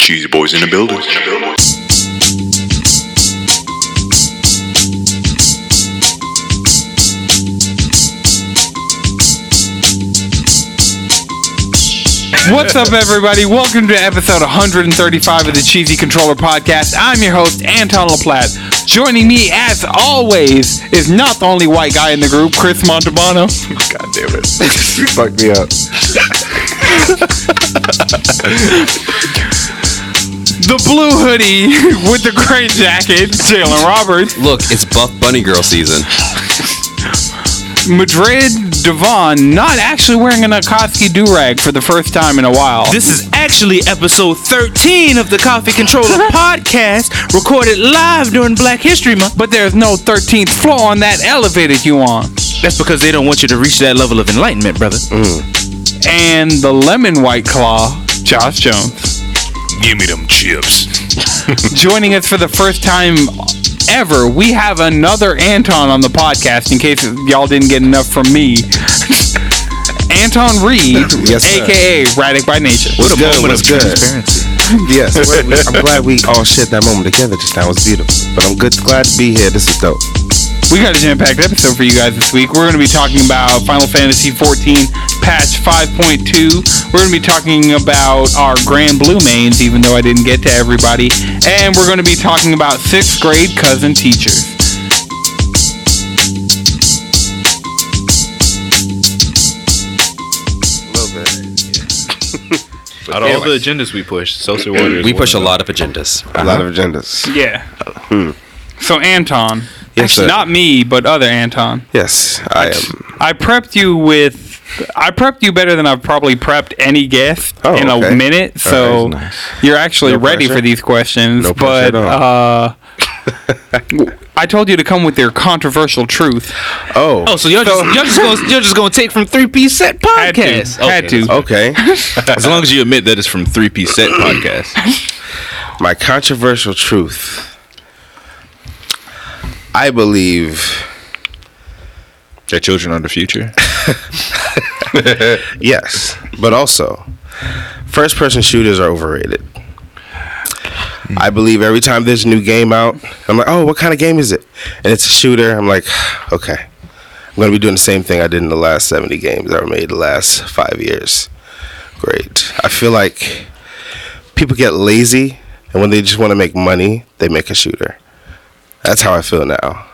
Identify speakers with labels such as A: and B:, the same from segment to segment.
A: Cheesy Boys in the building.
B: What's up, everybody? Welcome to episode 135 of the Cheesy Controller Podcast. I'm your host, Anton LaPlatte. Joining me, as always, is not the only white guy in the group, Chris Montalbano.
A: God damn it.
C: You fucked me up.
B: The blue hoodie with the gray jacket, Jalen Roberts.
D: Look, it's Buff Bunny Girl season.
B: Madrid Devon, not actually wearing an Akatsuki do rag for the first time in a while.
E: This is actually episode 13 of the Coffee Controller podcast, recorded live during Black History Month.
B: but there's no 13th floor on that elevator you on.
E: That's because they don't want you to reach that level of enlightenment, brother.
B: And the lemon white claw, Josh Jones.
A: Give me them chips.
B: joining us for the first time ever, we have another Anton on the podcast in case y'all didn't get enough from me. Anton Reed,
C: Yes, sir.
B: aka Radic by Nature.
C: What's
E: What a
C: good?
E: moment
C: What's
E: of
C: good?
E: transparency.
C: Yes. I'm glad we all shared that moment together just now. It was beautiful. But I'm good. Glad to be here. This is dope.
B: We got a jam-packed episode for you guys this week. We're going to be talking about Final Fantasy XIV patch 5.2. We're going to be talking about our Grand Blue mains, even though I didn't get to everybody, and we're going to be talking about sixth grade cousin teachers.
E: Out of all the agendas we push, social warriors.
D: We push a lot of agendas.
C: A lot of agendas.
B: Yeah. So Anton,
C: Hmm. Yes, sir.
B: not me, but other Anton.
C: Yes, I am.
B: I prepped you with. I prepped you better than I've probably prepped any guest
C: Oh,
B: in a
C: okay.
B: minute, so
C: All right, nice.
B: you're actually
C: No
B: ready
C: pressure.
B: for these questions.
C: No pressure
B: but
C: at
B: uh, I told you to come with your controversial truth.
C: Oh,
E: Oh, so y'all just, y'all just gonna you're just gonna take from three piece set
B: Had to,
E: podcast.
B: had to.
C: okay.
E: As long as you admit that it's from three piece set podcast.
C: My controversial truth. I believe,
E: Their children are the future.
C: yes, but also, first person shooters are overrated. I believe every time there's a new game out, I'm like, oh, what kind of game is it? And it's a shooter. I'm like, okay. I'm going to be doing the same thing I did in the last 70 games that were made the last five years. Great. I feel like people get lazy, and when they just want to make money, they make a shooter. That's how I feel now,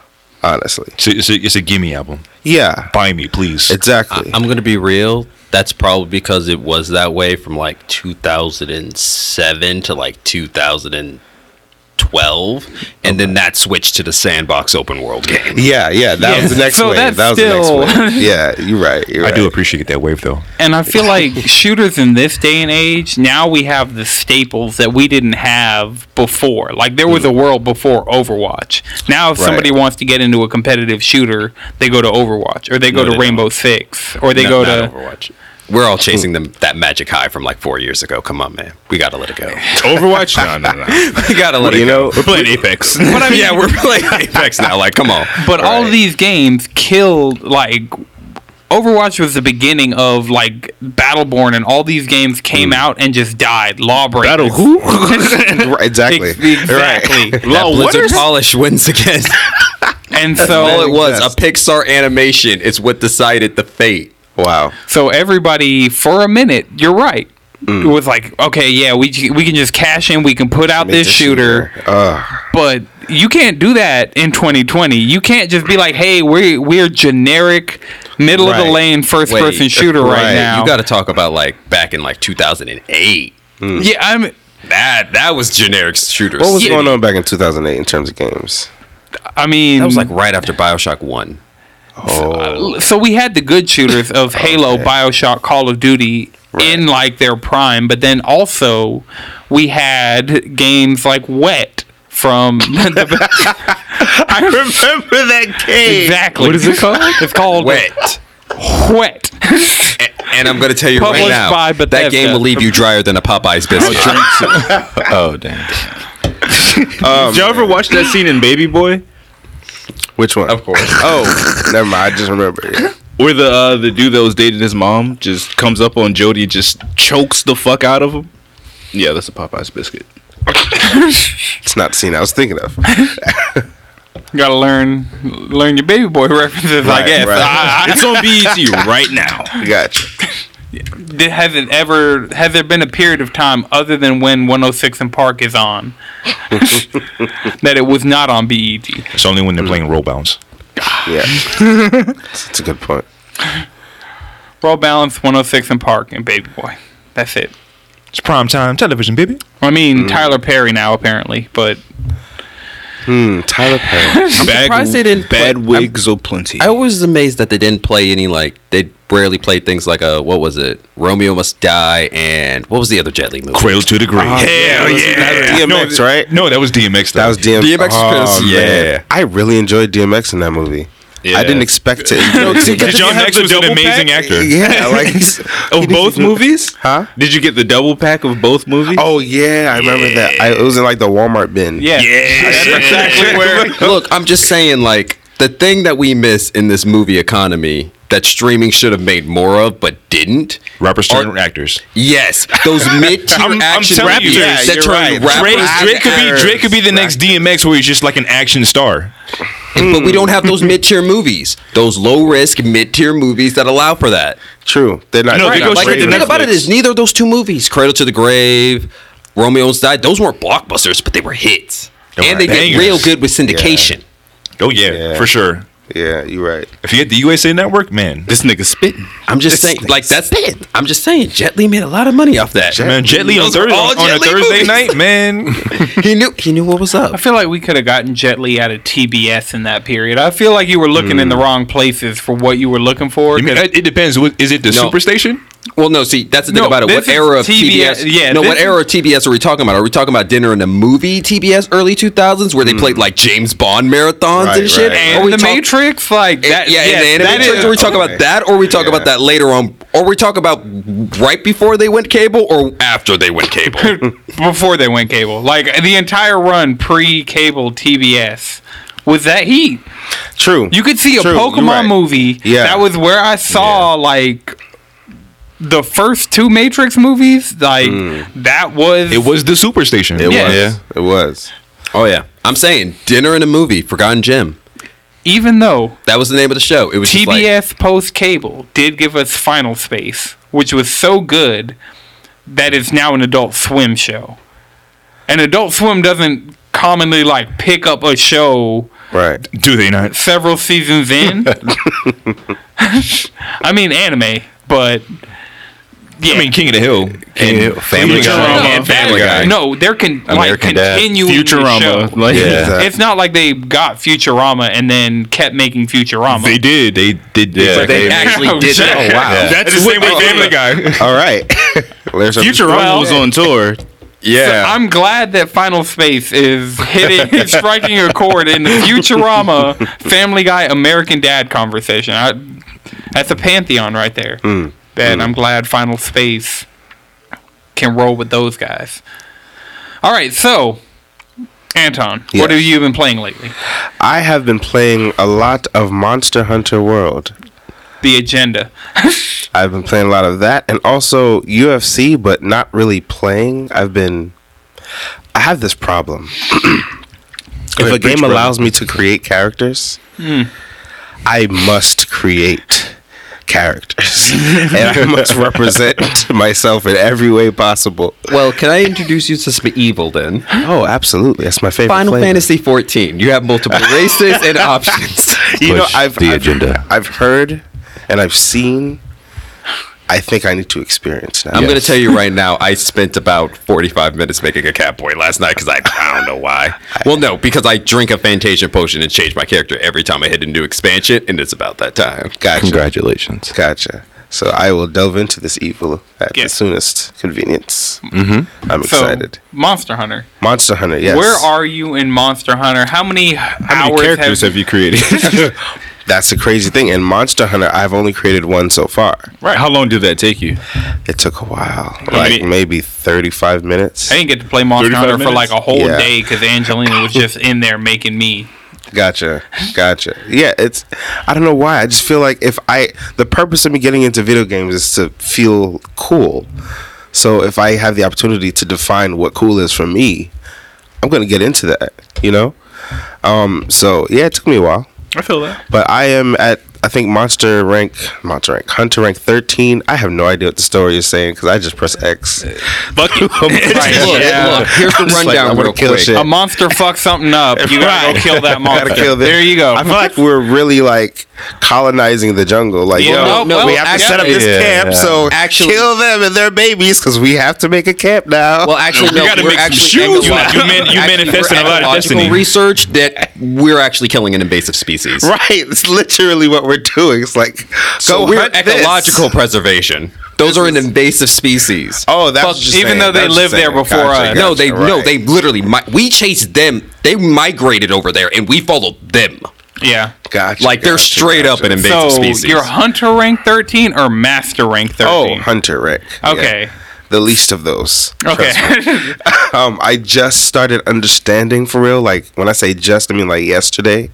C: honestly.
A: It's a, it's a, it's a gimme album.
C: Yeah,
A: Buy me, please.
C: exactly.
D: I'm gonna be real. That's probably because it was that way from like 2007 to like 2012, and then that switched to the sandbox open world game.
C: yeah, yeah, that was the next
B: So
C: wave.
B: that's
C: that was the next
B: still-
C: wave. Yeah, you're right. You're
A: I
C: right.
A: do appreciate that wave though.
B: And I feel like shooters in this day and age, now we have the staples that we didn't have before. Like there
D: Mm-hmm.
B: was a world before Overwatch. Now if
C: Right.
B: somebody wants to get into a competitive shooter, they go to Overwatch or they go to
D: No, they
B: Rainbow Six or they
D: No,
B: go
D: not
B: to
D: Overwatch. We're all chasing them that magic high from like four years ago. Come on, man. We gotta let it go.
E: Overwatch? No, no, no.
D: we gotta let
C: You
D: it
C: know,
D: go. We're playing Apex. but I mean, yeah, we're playing Apex now. Like, come on.
B: But all
C: Right.
B: these games killed like Overwatch was the beginning of like Battleborn, and all these games came
D: Mm.
B: out and just died. Lawbreakers.
E: Battle who?
C: Right, exactly.
B: Ex- Exactly.
D: That
E: Law
D: Blizzard
E: Waters?
D: polish wins again.
B: And so
D: all it was a
C: exist.
D: Pixar animation. It's what decided the fate.
C: Wow.
B: So everybody, for a minute, you're right. It was like, okay, yeah, we we can just cash in, we can put out this shooter, but you can't do that in 2020. You can't just be like, hey, we're we're generic, middle of the
C: Right.
B: lane first person
D: Wait,
B: shooter right,
C: right,
B: now.
D: You got to talk about like back in like 2008.
B: yeah, I'm.
D: That that was generic shooters.
C: What was going on back in 2008 in terms of games?
B: I mean,
D: That was like right after Bioshock One.
B: so we had the good shooters of Halo, BioShock, Call of Duty in like their prime, but then also we had games like Wet from the, I
C: Remember that game?
B: exactly what is it called? It's called
D: Wet.
B: Wet.
D: A- And I'm gonna tell you
B: Published
D: right now,
B: by Bethesda.
D: that game will leave you drier than a Popeyes biscuit.
E: Oh damn. Um, Did y'all ever watch that scene in Baby Boy?
C: Which one?
D: of course.
C: Oh, never mind. I just remember. Yeah.
E: Where the uh, the dude that was dating his mom just comes up on Jody, and just chokes the fuck out of him. Yeah, that's a Popeyes biscuit.
C: It's not the scene I was thinking of.
B: Gotta learn learn your baby boy references, I
C: Right,
B: guess.
C: right.
B: I,
E: It's on BET right now.
C: Gotcha.
B: I- has it ever has there been a period of time other than when 106 and Park is on that it was not on E BET?
A: It's only when they're playing roll bounce.
C: Yeah. That's a good point.
B: Roll Balance, 106 and Park, and Baby Boy. That's it.
A: It's prime time television, baby.
B: I mean Tyler Perry now apparently, but
C: Mm, Tyler Perry.
E: Bad,
D: surprised they didn't
E: bad wigs or plenty.
D: I was amazed that they didn't play any like they rarely played things like a what was it Romeo Must Die and what was the other Jet Li movie?
A: Cradle to the grave. Hell
C: yeah. That was DMX,
A: Oh, no,
C: right?
A: No, that was DMX.
C: That was DMX.
D: DMX was
C: Oh,
D: pissed.
C: man. I really enjoyed DMX in that movie. I didn't expect to enjoy DMX.
A: DMX was an amazing actor.
C: Yeah, like he's-
E: of both movies?
C: Huh?
E: Did you get the double pack of both movies?
C: Oh yeah, I remember that. I, it was in like the Walmart bin.
B: yeah.
E: that's exactly where.
D: Look, I'm just saying like the thing that we miss in this movie economy that streaming should have made more of but didn't.
A: Rappers turn actors.
D: Yes, those mid-tier
A: I'm- I'm
D: action
A: telling you,
D: movies
A: yeah,
D: that
C: you're
D: turn
C: right.
A: Drake,
D: rappers,
A: Drake could be Drake could be the next DMX where he's just like an action star.
D: but we don't have those mid-tier movies. Those low-risk mid-tier movies that allow for that.
C: True. They're not.
A: No, they
C: they're
A: go
C: not
D: like
A: straight
D: the
A: to
D: thing
C: rated.
D: about it is neither of those two movies, Cradle to the Grave, Romeo's Died, those weren't blockbusters, but they were hits.
A: They
D: and
A: were
D: they did
A: bangers.
D: real good with syndication.
A: Oh yeah,
C: Yeah.
A: for sure.
C: Yeah, you're right.
A: If you had the USA Network, man,
E: This nigga spitting.
D: I'm just saying, like that's it. I'm just saying, Jet Li made a lot of money off that.
A: man, Jet Li on
D: Those are
A: Thursday
D: all
A: on a
D: Jet Li
A: Thursday
D: movies.
A: night, man.
D: He knew he knew what was
B: I
D: up.
B: feel like we could have gotten Jet Li out of TBS in that period. I feel like you were looking in the wrong places for what you were looking for.
A: I mean,
B: 'cause-
A: it it depends. What- Is it the
D: No.
A: Superstation?
D: Well, no, see, that's the thing
B: No,
D: about it.
B: this
D: What
B: is
D: era of
B: TBS
D: TBS?
B: yeah,
D: no, what
B: this
D: era of TBS are we talking about? Are we talking about dinner in the movie TBS early 2000s where they played like James Bond marathons
C: Right,
D: and shit?
C: right,
D: Are
B: and
D: we
B: the
D: talk-
B: Matrix, like that.
D: yeah,
B: yes,
D: in the
B: that
D: animated
B: is-
D: Matrix, are we talking
C: okay.
D: about that, or we talk
C: Yeah.
D: about that later on, or we talk about right before they went cable, or after they went cable?
B: before they went cable. Like the entire run pre-cable TBS was that heat.
C: True.
B: You could see a
C: True, you're
B: Pokemon
C: right.
B: movie.
C: Yeah.
B: That was where I saw like the first two Matrix movies. Like that was
A: It was the Superstation.
C: It
B: Yes.
C: was. It was.
D: oh yeah, I'm saying dinner in a movie, Forgotten Gem.
B: even though
D: That was the name of the show. It was just like-
B: TBS post cable did give us Final Space, which was so good that it's now an Adult Swim show. And Adult Swim doesn't commonly like pick up a show
C: Right.
A: Do they not?
B: several seasons in. I mean anime, but yeah.
A: I mean, King of the Hill,
E: Hill, Family
A: Futurama,
E: Guy.
B: no,
A: Family Guy.
B: no, they're con- like
D: American Dad.
B: continuing the show.
E: Futurama. Like,
A: Yeah.
C: Exactly.
B: It's not like they got Futurama and then kept making Futurama.
A: They did. They did. Yeah,
D: but they actually
B: Oh,
D: did.
B: shit.
D: that. Oh
E: Uh,
D: wow.
A: That's the same with Family Guy.
C: All right. There's a-
E: Futurama
B: Well-
E: was on tour.
A: Yeah.
B: I'm glad that Final Space is hitting, striking a chord in the Futurama, Family Guy, American Dad conversation. I, that's a pantheon right there. That I'm glad Final Space can roll with those guys. All right, so Anton,
C: Yes.
B: what have you been playing lately?
C: I have been playing a lot of Monster Hunter World.
B: The agenda.
C: I've been playing a lot of that and also UFC, but not really playing. I've been. I have this problem. if a game allows me to create characters, I must create characters. and I must represent myself in every way possible.
D: Well, can I introduce you to some evil then?
C: Oh, absolutely. That's my favorite.
D: Final
C: flavor.
D: Fantasy 14. You have multiple races and options.
C: You know,
A: Push
C: I've,
A: the
C: I've,
A: agenda.
C: I've heard and I've seen. I think I need to experience now.
D: I'm going to tell you right now, I spent about 45 minutes making a catboy last night because I, I don't know why. Well, no, because I drink a Fantasia potion and change my character every time I hit a new expansion, and it's about that time.
C: Gotcha.
E: Congratulations.
C: Gotcha. So I will delve into this evil at
B: Yeah.
C: the soonest convenience. Mm-hmm. I'm
B: So,
C: excited.
B: Monster Hunter.
C: Monster Hunter, yes.
B: Where are you in Monster Hunter? How many
E: How
B: hours
E: many characters have you created?
C: That's the crazy thing. In Monster Hunter, I've only created one so far.
E: right. How long did that take you?
C: It took a while,
E: many-
C: like maybe 35 minutes.
B: I didn't get to play Monster
E: 35
B: Hunter for
E: minutes?
B: like a whole
C: Yeah.
B: day because Angelina was just in there making me.
C: Gotcha. Gotcha. Yeah, it's I don't know why. I just feel like if I the purpose of me getting into video games is to feel cool. So if I have the opportunity to define what cool is for me, I'm gonna get into that. You know. Um. So yeah, it took me a while,
F: I feel that.
C: but I am at I think monster rank, monster rank, hunter rank 13. I have no idea what the story is saying because I just press X.
F: Fuck you.
D: Look, look, here's the
C: I'm just like,
D: rundown
C: I'm gonna
D: real
C: kill
D: quick.
C: shit.
B: A monster fucked something up. You gotta go kill that monster.
C: gotta kill this.
B: There you go.
C: I feel like we're really like colonizing the jungle. Like,
B: Yeah.
C: yo,
B: Well, no,
C: we
D: well,
C: have to set up this
E: actually-
C: camp,
E: Yeah,
C: so
D: Actually-
C: kill them and their babies because we have to make a camp now.
D: Well, actually,
E: No, we
D: no.
E: gotta
D: we're
E: make some
D: actually
E: shoes. You-
D: ecological-
E: you man- you
D: actually,
E: manifesting
D: we're
E: a lot of
D: ecological
E: destiny.
D: Research that we're actually killing an invasive species.
C: right, it's literally what we're doing. It's like go
E: Oh,
D: So we're
C: hunt this.
D: ecological preservation. Those are an invasive species.
C: Oh, that's
D: Fuck,
C: what you're
B: even
C: saying.
B: though they
C: That's what
B: lived
C: you're
B: there
C: saying.
B: before
C: Gotcha,
B: us.
D: no,
C: gotcha,
D: they no,
C: right.
D: they literally. Mi- we chased them. They migrated over there, and we followed them.
B: yeah.
C: gotcha,
D: Like they're
C: gotcha,
D: straight up
C: gotcha.
D: an invasive
B: So
D: species.
B: you're hunter rank 13 or master rank 13?
C: Oh, hunter rank.
B: Okay.
C: the least of those.
B: Okay.
C: Um, I just started understanding for real. Like when I say just, I mean like yesterday.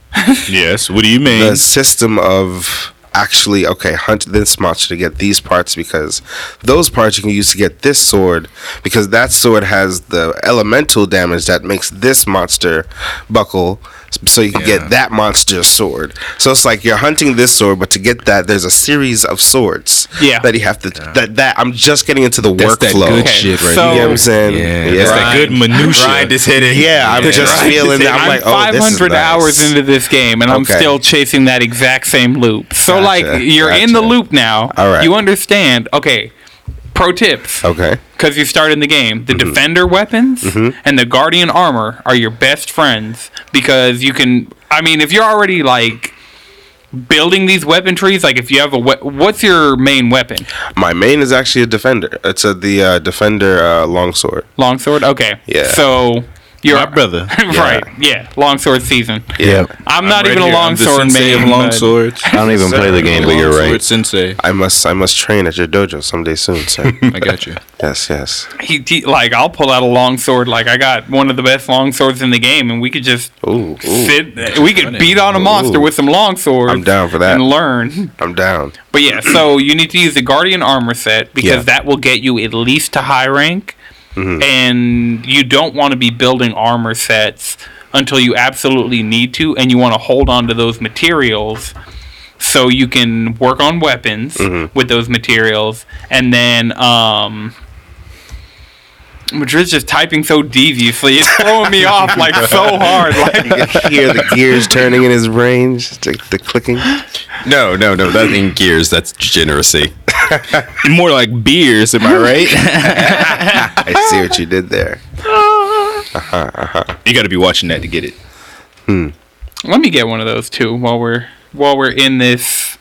E: Yes. What do you mean?
C: the system of actually okay hunt this monster to get these parts because those parts you can use to get this sword because that sword has the elemental damage that makes this monster buckle s- so you can get that monster's sword so it's like you're hunting this sword but to get that there's a series of swords
B: Yeah.
C: that you have to that that i'm just getting into the
E: That's that
C: workflow
E: good shit right
B: so-
C: you know what i'm saying
E: Yeah, that's that good minutia. Grind is hitting.
C: Yeah, I'm just feeling that. I'm,
B: I'm
C: like, oh, this is
B: 500
C: nice.
B: hours into this game and I'm
C: Okay.
B: still chasing that exact same loop. So,
C: Gotcha,
B: like, you're in the
C: gotcha.
B: loop now.
C: All right.
B: You understand. Okay. Pro tips.
C: Okay.
B: Because you start in the game, the
C: Mm-hmm.
B: defender weapons and the guardian armor are your best friends because you can. I mean, if you're already like building these weapon trees, like if you have a we- what's your main weapon?
C: My main is actually a defender. It's a, the uh, defender uh, longsword.
B: Longsword. Okay.
C: Yeah.
B: So you're
E: My brother.
B: right? Yeah. Longsword season.
C: Yeah.
B: I'm, not
E: right
B: even
E: here.
B: a
E: I'm the
B: longsword
E: sensei
B: man.
E: of long
B: but-
E: swords.
G: I don't even play the game, but you're
E: Longsword
G: right.
E: Sensei.
C: I must I must train at your dojo someday soon, sir.
E: I got you.
C: yes, yes.
B: He, he- like I'll pull out a longsword. Like I got one of the best longswords in the game, and we could just
C: Ooh, ooh.
B: sit. We could beat on a monster
C: Ooh.
B: with some longswords.
C: I'm down for that.
B: And learn.
C: I'm down.
B: But yeah, so you need to use the Guardian Armor set because
C: Yeah.
B: that will get you at least to high rank. And you don't want to be building armor sets until you absolutely need to, and you want to hold on to those materials so you can work on weapons with those materials. And then, um, Madrid's just typing so deviously. It's throwing me off like so hard. Like,
C: You can hear the gears turning in his brain, just the, the clicking.
D: No, Oh, no, no. That in gears. That's degeneracy.
E: More like beers, am I right?
C: I see what you did there.
E: you got to be watching that to get it.
B: Let me get one of those too while we're while we're in this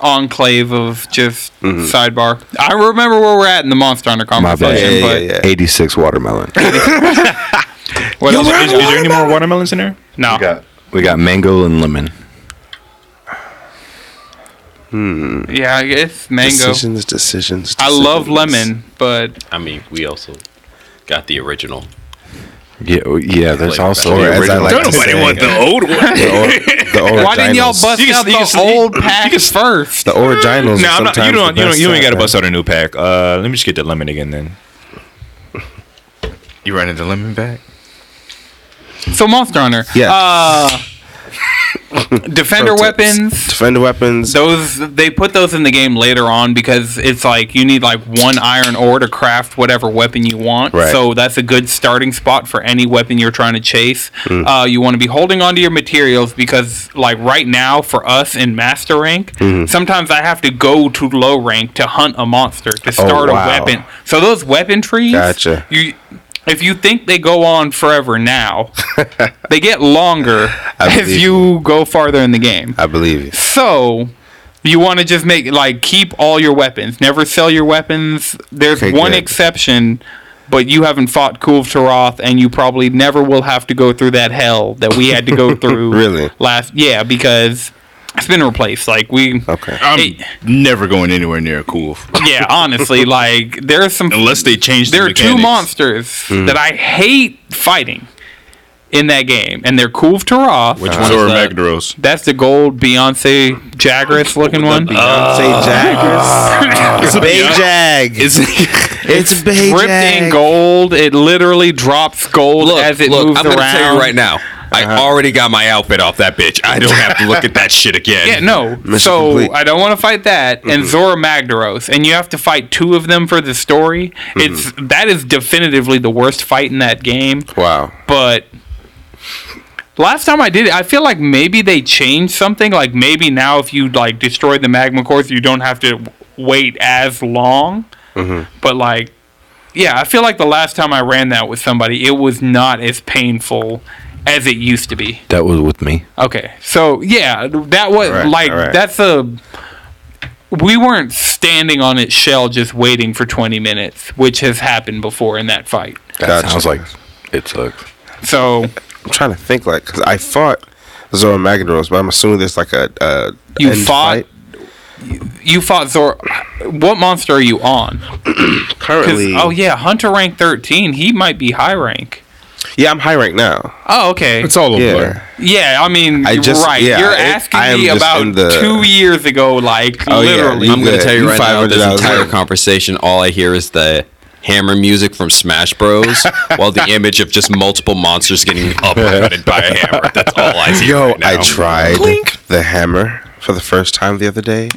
B: enclave of just
C: Mm-hmm.
B: sidebar. I remember where we're at in the Monster Hunter
G: bad.
B: conversation,
C: Yeah, yeah,
B: but
C: yeah.
G: 86 watermelon.
B: what else?
E: Is, is there any more watermelons in there?
B: No,
G: we got mango and lemon.
B: yeah, it's mango.
C: Decisions, decisions.
B: I love
C: decisions.
B: lemon, but
D: I mean, we also got the original.
G: Yeah, oh, yeah. There's
D: Like
G: also
C: Or
G: the
C: as I
G: original.
C: like
E: Don't
C: to
E: nobody
C: say,
E: want the old one.
C: the or- the
B: why didn't y'all
C: originals.
B: bust
E: You can-
B: out the
E: you can-
B: old
E: you can-
B: packs first?
C: the originals?
E: No,
C: are
E: I'm not, you
C: sometimes
E: don't.
C: the
E: You don't. You
C: best
E: ain't got to
C: stuff,
E: bust
C: man.
E: out a new pack. Uh, let me just get the lemon again then. You running the lemon back?
B: So Monster Hunter,
C: Yeah.
B: uh, defender
C: Pro tips.
B: weapons.
C: Defender weapons.
B: Those they put those in the game later on because it's like you need like one iron ore to craft whatever weapon you want.
C: Right.
B: So that's a good starting spot for any weapon you're trying to chase.
C: Hmm.
B: Uh, you want to be holding onto your materials because like right now for us in master rank,
C: Hmm.
B: sometimes I have to go to low rank to hunt a monster to start
C: Oh, wow.
B: a weapon. So those weapon trees,
C: Gotcha.
B: you if you think they go on forever now, they get longer if
C: believe
B: you go farther in the game.
C: I believe you.
B: So you want to just make like keep all your weapons. Never sell your weapons. There's
C: Okay,
B: one
C: good.
B: exception, but you haven't fought Kuv Taroth, and you probably never will have to go through that hell that we had to go through.
C: Really?
B: Last yeah, because it's been replaced. Like we
C: Okay.
E: I'm
B: Hey.
E: never going anywhere near cool
B: yeah, honestly, like there are some
E: unless they change.
B: there
E: the
B: are two
C: Hmm.
E: mechanics.
B: monsters that I hate fighting. in that game, and they're cool to raw.
D: Which one
E: Zora
D: is that?
E: McDros.
B: That's the gold Beyonce Jagras looking one.
C: Say Jaggers. it's Bay Jag. It's, it's Bay
B: Ripped
C: Jag.
B: in gold, it literally drops gold
D: Look,
B: as it
D: look,
B: moves
D: I'm
B: around.
D: gonna tell you right now. I already got my outfit off that bitch. I don't have to look at that shit again.
B: Yeah, no.
C: Mission
B: so
C: complete.
B: I don't want to fight that and Zora Magdaros, and you have to fight two of them for the story. It's that is definitively the worst fight in that game.
C: Wow.
B: But last time I did it, I feel like maybe they changed something. Like maybe now, if you like destroy the magma cores, you don't have to w- wait as long. But like, yeah, I feel like the last time I ran that with somebody, it was not as painful as it used to be.
G: That was with me.
B: Okay, so yeah, that was
C: Alright,
B: like
C: alright.
B: that's a. We weren't standing on its shell just waiting for 20 minutes, which has happened before in that fight.
G: That
C: Gotcha.
G: sounds like it sucks.
B: So
C: I'm trying to think, like, because I fought Zora Magadros, but I'm assuming there's like a. a
B: You
C: end
B: fought- you fought Zor. What monster are you on? 'Cause-
C: Currently.
B: oh yeah, Hunter rank 13. He might be high rank.
C: Yeah, I'm high rank now.
B: Oh okay.
E: It's all a
C: yeah.
E: blur.
B: Yeah, I mean,
C: I just-
B: right.
C: yeah,
B: You're
C: it-
B: asking
C: I am
B: me
C: just
B: about
C: in the-
B: two years ago, like
C: Oh, yeah,
B: literally.
C: you-
D: I'm gonna
C: good.
D: tell you
C: You
D: right now. This
C: $500
D: entire
C: in.
D: conversation, all I hear is the hammer music from Smash Bros. while the image of just multiple monsters getting uppercutted by a hammer. That's all I see.
C: Yo,
D: right now.
C: I tried the hammer for the first time the other day.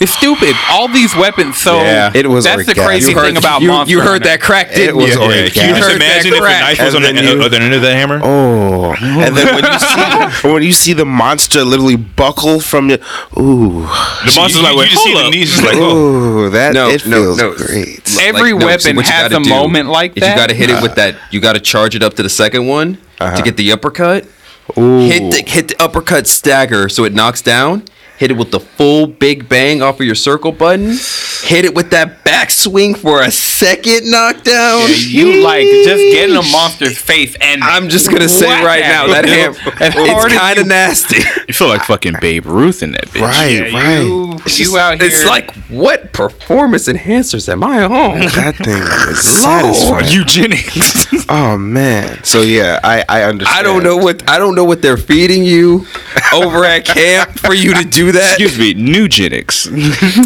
B: It's stupid. All these weapons. So
C: Yeah. It was
B: That's the
C: orgasmic.
B: crazy
C: You heard-
B: thing about
D: you,
B: Monster
D: you heard
B: Hunter.
D: that crack,
C: It
D: didn't
C: was
D: you?
E: Oh,
C: all
D: Yeah,
C: you
D: Can you
C: got.
D: just
C: Heard
D: imagine if a knife
C: was on the end-
E: other end of that hammer?
C: Oh, and then when you see when you see the monster literally buckle from your ooh,
E: The monster's like, wait, hold up. like,
A: oh.
C: ooh, that
D: No,
C: it
D: no,
C: feels
D: no.
C: great.
D: Like,
B: Every
D: no, see,
B: weapon
D: what you
B: has
D: gotta
B: a
D: do
B: moment like
D: is
B: that.
D: You got to hit it with that. You got to charge it up to the second one to get the uppercut. Hit the hit the uppercut stagger so it knocks down. Hit it with the full big bang off of your circle button. Hit it with that backswing for a second knockdown.
B: You like just get in a monster's face and
D: I'm just gonna say
B: Whack
D: right
B: at
D: now
B: it.
D: that ham,
B: As hard
D: it's
B: as
D: kind of nasty.
E: You feel like fucking Babe Ruth in that bitch.
C: Right, right.
B: you, you out here.
D: It's like what performance enhancers am I on?
C: That thing was satisfying.
E: Eugenics.
C: oh man. So yeah, I I understand.
D: I don't know what I don't know what they're feeding you over at camp for you to do that.
E: Excuse me, Nugenics.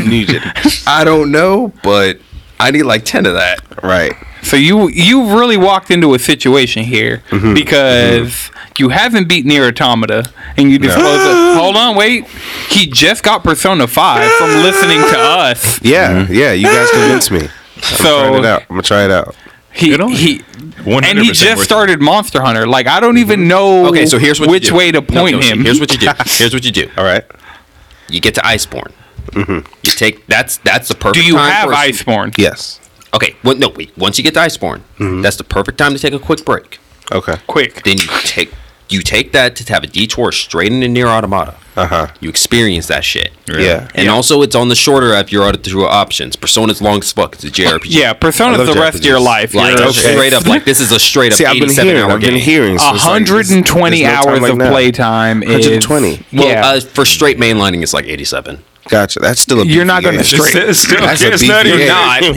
D: I don't know, but I need like ten of that.
C: Right.
B: so you you really walked into a situation here
D: Mm-hmm.
B: because you haven't beat Nier Automata and you disclose it. Hold on, wait. He just got Persona Five from listening to us.
C: Yeah, yeah. You guys convinced me. Try it
B: So
C: out. I'm gonna try it out.
B: he
E: Good on
B: he.
E: One
B: And he just started Monster Hunter. Like I don't even know
D: Okay, so here's what
B: which
D: you do.
B: way to
D: No,
B: point
D: no,
B: him.
D: Here's what you do. Here's what you do.
C: All right.
D: You get to Iceborne. You take that's that's the perfect.
B: Mm-hmm. Do you
D: time
B: have
D: for a-
B: Iceborne?
C: Yes.
D: Okay, well, no wait. Once you get to Iceborne,
B: Mm-hmm.
D: that's the perfect time to take a quick break.
C: Okay.
B: Quick.
D: Then you take you take that to have a detour straight into near Automata.
C: Uh
B: Uh-huh.
C: huh.
D: You experience that shit.
C: Yeah.
D: And also, it's on the shorter app. You're out of two options. Persona's long as fuck. It's a JRPG.
B: Yeah, Persona's
C: I love
B: the rest of your life.
C: Japanese.
D: like
B: You're-
C: okay.
D: straight up. Like this is a straight up
C: See, I've been
D: 87
C: hearing.
D: hour
C: I've been
D: game.
C: hearing. so it's like, there's-
B: 120
C: there's no time
B: hours
C: like
B: of
C: now.
B: playtime is
C: 120.
D: Well,
B: yeah.
D: uh, for straight mainlining, it's like 87.
C: Gotcha. That's still a.
B: You're not
C: beefy
B: gonna
C: game.
B: straight-
C: That's a beefy game.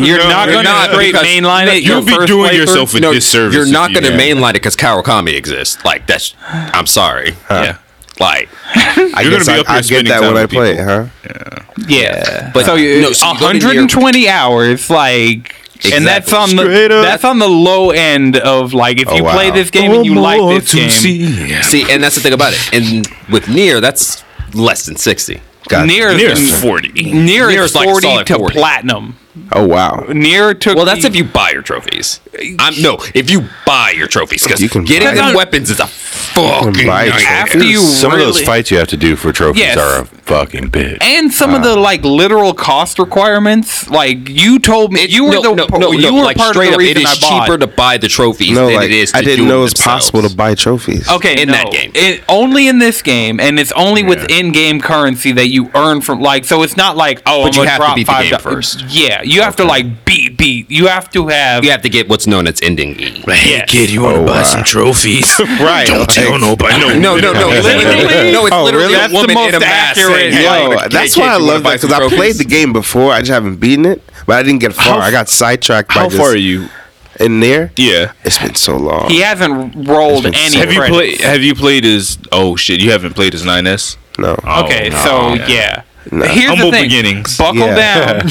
B: you're not
D: you're
B: going to
D: not,
B: straight
D: because-
B: mainline it.
E: You'll
B: your
E: be
B: first
E: doing
B: playthrough?
E: yourself a disservice.
D: You're
E: if
D: not
E: you-
D: going to
E: yeah.
D: mainline it because Kawakami exists. Like that's. I'm sorry.
E: Yeah.
D: Like,
C: I
E: You're
C: guess
E: gonna
C: I,
E: be up here
C: I get
E: spending
C: that
E: time
C: when I
E: with
C: play it,
E: people.
C: huh?
B: Yeah.
D: But
B: so, you
D: no, so you go to near-
B: 120 hours, like. And that's
D: Exactly.
B: on the
E: Straight up.
B: that's on the low end of like
D: Oh,
B: if you
C: wow.
B: play this game and you like this game.
D: see, and that's the thing about it. And with near, that's less than 60.
C: Gotcha.
B: Near
E: Near
B: is
E: forty.
B: near
D: Near
B: is
D: is like
B: forty
D: solid
B: to
D: 40.
B: platinum.
C: Oh wow.
B: Near took
D: Well, that's
B: me-
D: if you buy your trophies. I'm, no, if you buy your trophies, because
C: You can
D: getting
C: buy-
D: them weapons is a fucking
C: buy
D: nightmare.
C: trophies.
B: after you
G: Some
B: really,
G: of those fights you have to do for trophies
B: Yes.
G: are a fucking bitch.
B: and some of the like literal cost requirements. Like you told me,
D: It-
B: you were
D: no,
B: the
D: no, no,
B: you
D: no,
B: were
D: like,
B: part of
D: straight
B: the
D: up,
B: reason
D: It is
B: I bought.
D: cheaper to buy the trophies
C: No,
D: than
C: like
D: it is. To
C: I didn't
D: do
C: know
D: it
C: it was possible to
D: themselves.
C: buy trophies.
B: Okay,
D: in
B: no.
D: that game.
B: It- only in this game, and it's only with in-game currency that you earn from. Like, so it's not like oh, I'm
D: But you
B: gonna
D: have to
B: drop
D: beat the
B: five
D: game
B: do-
D: first.
B: Yeah, you have to like beat beat. You have to have.
D: You have to get what's known as ending E.
E: Hey, kid, you
C: Oh,
E: want to buy some trophies?
C: Right.
E: Don't tell nobody.
D: No, no, no. literally, no, it's
C: Oh,
D: literally
C: really?
D: a
C: That's
D: woman
B: the
D: in
B: most
D: a mask
B: accurate-
D: saying, hey,
C: Yo,
D: hey,
C: that's
D: kid,
C: why I
D: you wanna
C: love
D: buy
C: that
D: some
C: because I
D: trophies?
C: played the game before. I just haven't beaten it, but I didn't get far. I got sidetracked by
E: How
C: just,
E: far are you?
C: in there.
E: Yeah.
C: It's been so long.
B: He hasn't rolled
C: It's been
B: any.
C: so-
E: Have you
B: credits.
E: played? Have you played as? Oh shit! You haven't played as Oh, 9S.
C: No.
B: Okay,
C: Oh,
B: so yeah.
C: No.
B: Here's
E: Humble
B: the thing.
E: beginnings.
B: Buckle
C: Yeah.
B: down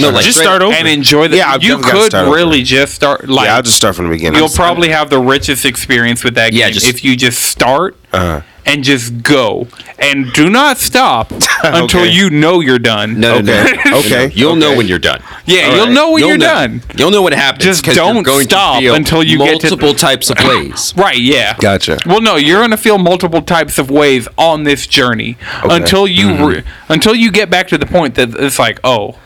D: No, like
E: Just
D: straight-
E: start over.
B: and enjoy the.
C: Yeah, I've
B: you
C: definitely gotta
B: could
C: start over.
B: really just start. Like
C: yeah, I'll just start from the beginning.
B: you'll probably have the richest experience with that
D: Yeah,
B: game
D: just-
B: if you just start
C: Uh-huh.
B: and just go and do not stop until
C: Okay.
B: you know you're done.
D: No, no,
C: Okay.
D: no.
C: Okay.
D: You'll know when you're done.
B: Yeah, you'll know when
D: You'll
B: you're
D: know.
B: done.
D: You'll know what happens.
B: Just
D: 'cause you're
B: don't
D: going to
B: stop
D: feel
B: until you get to-
D: multiple types of plays.
B: Right, yeah.
C: Gotcha.
B: Well, no, you're going to feel multiple types of ways on this journey until you
C: Mm-hmm.
B: re- until you get back to the point that it's like, "Oh.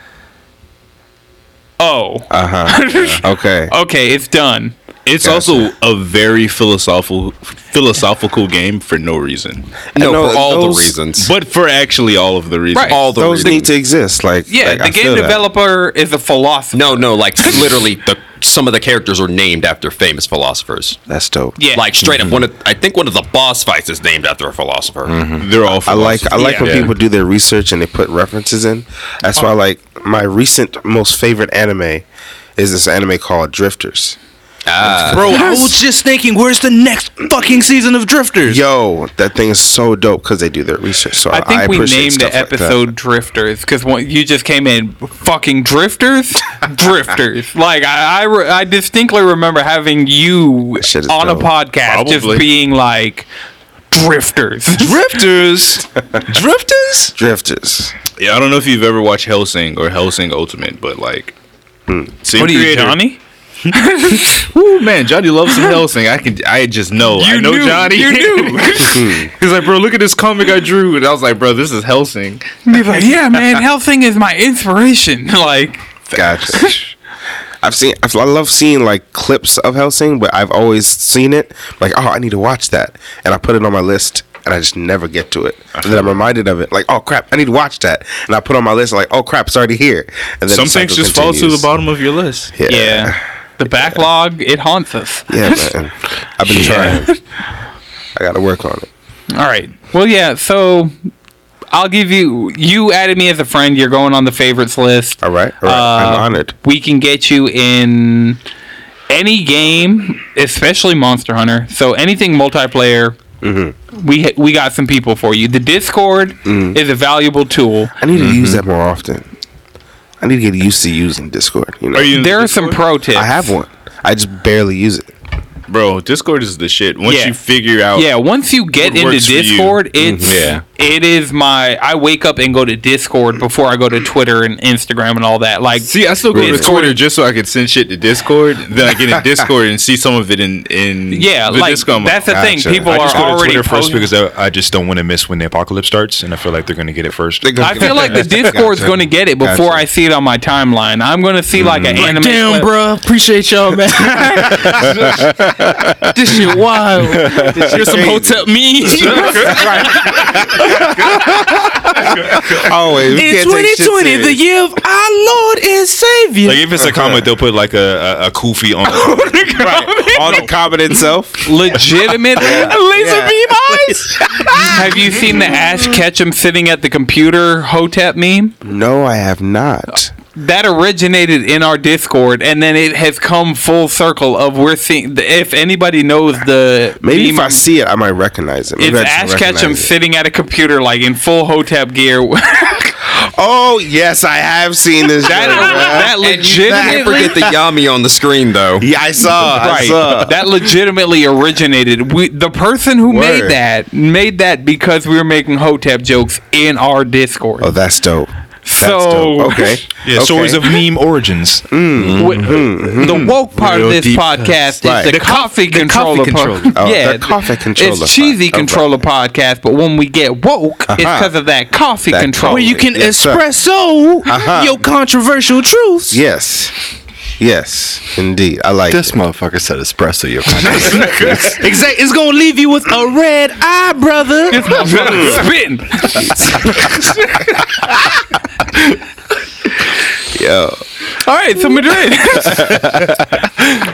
B: Oh.
C: Uh huh. okay.
B: okay, it's done."
E: It's also a very philosophical philosophical game for no reason,
D: No,
C: No,
D: for all
C: those-
D: the reasons.
E: but for actually all of the reasons.
B: Right. All
D: the
C: Those need to exist. Like
B: Yeah,
C: like, I
B: the game
C: feel that.
B: developer is a philosopher.
D: no, no, like literally, the some of the characters are named after famous philosophers.
C: That's dope.
B: Yeah. Mm-hmm.
D: Like straight up, one of I think one of the boss fights is named after a philosopher.
B: Mm-hmm.
E: They're all.
C: I like I like when
E: Yeah.
C: people do their research and they put references in. That's why like my recent most favorite anime is this anime called Drifters.
H: Bro, I was just thinking, where's the next fucking season of Drifters?
C: Yo, that thing is so dope because they do their research. So I,
B: I think we
C: appreciate
B: named
C: stuff
B: the
C: like that.
B: episode Drifters because you just came in fucking Drifters, Drifters. Like I, I, re- I distinctly remember having you
C: shit is
B: on a
C: dope.
B: podcast just
E: Probably.
B: being like Drifters.
E: drifters. drifters.
C: Drifters.
E: Yeah, I don't know if you've ever watched Hellsing or Hellsing Ultimate, but like,
C: Hmm.
E: same
B: what are you,
E: creator.
B: Johnny?
E: Ooh, man, Johnny loves some Hellsing. I can, I just know. I know
B: knew,
E: Johnny.
B: you knew.
C: Hmm.
E: He's like, bro, look at this comic I drew, and I was like, bro, this is Hellsing.
B: Be like, yeah, man, Hellsing is my inspiration. Like,
C: Gotcha. I've seen. I've, I love seeing like clips of Helsing, but I've always seen it. Like, oh, I need to watch that, and I put it on my list, and I just never get to it. And then
E: Uh-huh.
C: I'm reminded of it. Like, oh crap, I need to watch that, and I put it on my list. Like, oh crap, it's already here. And then
E: Some
C: the
E: things
C: cycle
E: just fall to the
C: continues.
E: bottom of your list.
C: Yeah.
B: yeah, the backlog it haunts us.
C: Yeah, man. I've been trying. I got to work on it.
B: All right. Well, yeah. So I'll give you. You added me as a friend. You're going on the favorites list.
C: All right. All right.
B: Uh,
C: I'm honored.
B: We can get you in any game, especially Monster Hunter. So anything multiplayer.
E: Mm-hmm.
B: We ha- we got some people for you. The Discord is a valuable tool.
C: I need to use
E: mm-hmm.
C: that more often. I need to get used to using Discord. You know,
E: Are you? in
B: There are
E: Discord?
B: some pro tips.
C: I have one. I just barely use it.
E: bro. Discord is the shit. Once
B: Yeah.
E: you figure
C: Oh.
E: out,
B: Yeah, once you get
E: What
B: into
E: works for you. Mm-hmm.
B: Discord, it's
E: Yeah.
B: it is my I wake up and go to Discord before I go to Twitter and Instagram and all that. Like
E: See, I still go to
B: Really?
E: Twitter just so I could send shit to Discord. Then I get in Discord and see some of it in in
B: Yeah,
E: the
B: like
E: Discord. mode.
B: that's the
C: Gotcha.
B: thing. People are
C: I just
A: go to
B: already
A: Twitter first
B: posting-
A: because I, I just don't want to miss when the apocalypse starts, and I feel like they're going to get it first.
B: I feel like the Discord's going to get it before
C: Gotcha. Mm-hmm.
B: I see it on my timeline. I'm going to see like an anime. clip.
H: bro. Appreciate y'all, man. this shit wild. You're some hotel me.
C: always.
H: In
C: we can't take
H: 2020, the
C: shit serious.
H: year of our Lord and Savior.
A: Like if it's a comment, they'll put like a a, a koofy on. it.
C: on the comment itself.
B: Legitimate.
H: Laser
C: Yeah.
H: beam eyes.
B: Have you seen the Ash Ketchum sitting at the computer Hotep meme?
C: No, I have not.
B: that originated in our Discord, and then it has come full circle of we're seeing. If anybody knows the
C: Maybe if
B: meme,
C: I see it, I might recognize it. Maybe
B: it's
C: I just
B: Ash
C: recognize
B: Ketchum
C: it.
B: sitting at a computer like in full Hotep gear.
C: Oh yes, I have seen this.
B: That,
C: joke, man.
B: that
D: Can't
B: legitimately.
D: forget the Yami on the screen though.
C: yeah, I saw. I saw.
B: Right. That legitimately originated. We, the person who made
C: Word.
B: that made that because we were making Hotep jokes in our Discord.
C: oh, that's dope. That's
B: So-
C: dope. okay.
A: Yeah, stories
C: Okay.
A: of meme origins.
B: Wi- The woke part of
G: Real
B: this
G: deep
B: podcast
C: cuts.
B: is
C: Right.
B: the, coffee controller.
G: coffee
B: part.
G: controller.
C: Oh,
B: yeah,
C: the coffee controller
B: It's cheesy
C: part.
B: controller podcast, but when we get woke, it's
C: Uh-huh.
B: because of that coffee
C: That
B: controller.
H: Where you can
C: Yes, sir.
H: espresso
C: Uh-huh.
H: your controversial truths.
C: Yes. Yes, indeed. I like
G: This
C: this.
G: motherfucker said espresso. Yo,
H: Exactly. It's gonna leave you with a red eye, brother.
B: This motherfucker spitting.
C: Yo,
B: All right, so Madrid.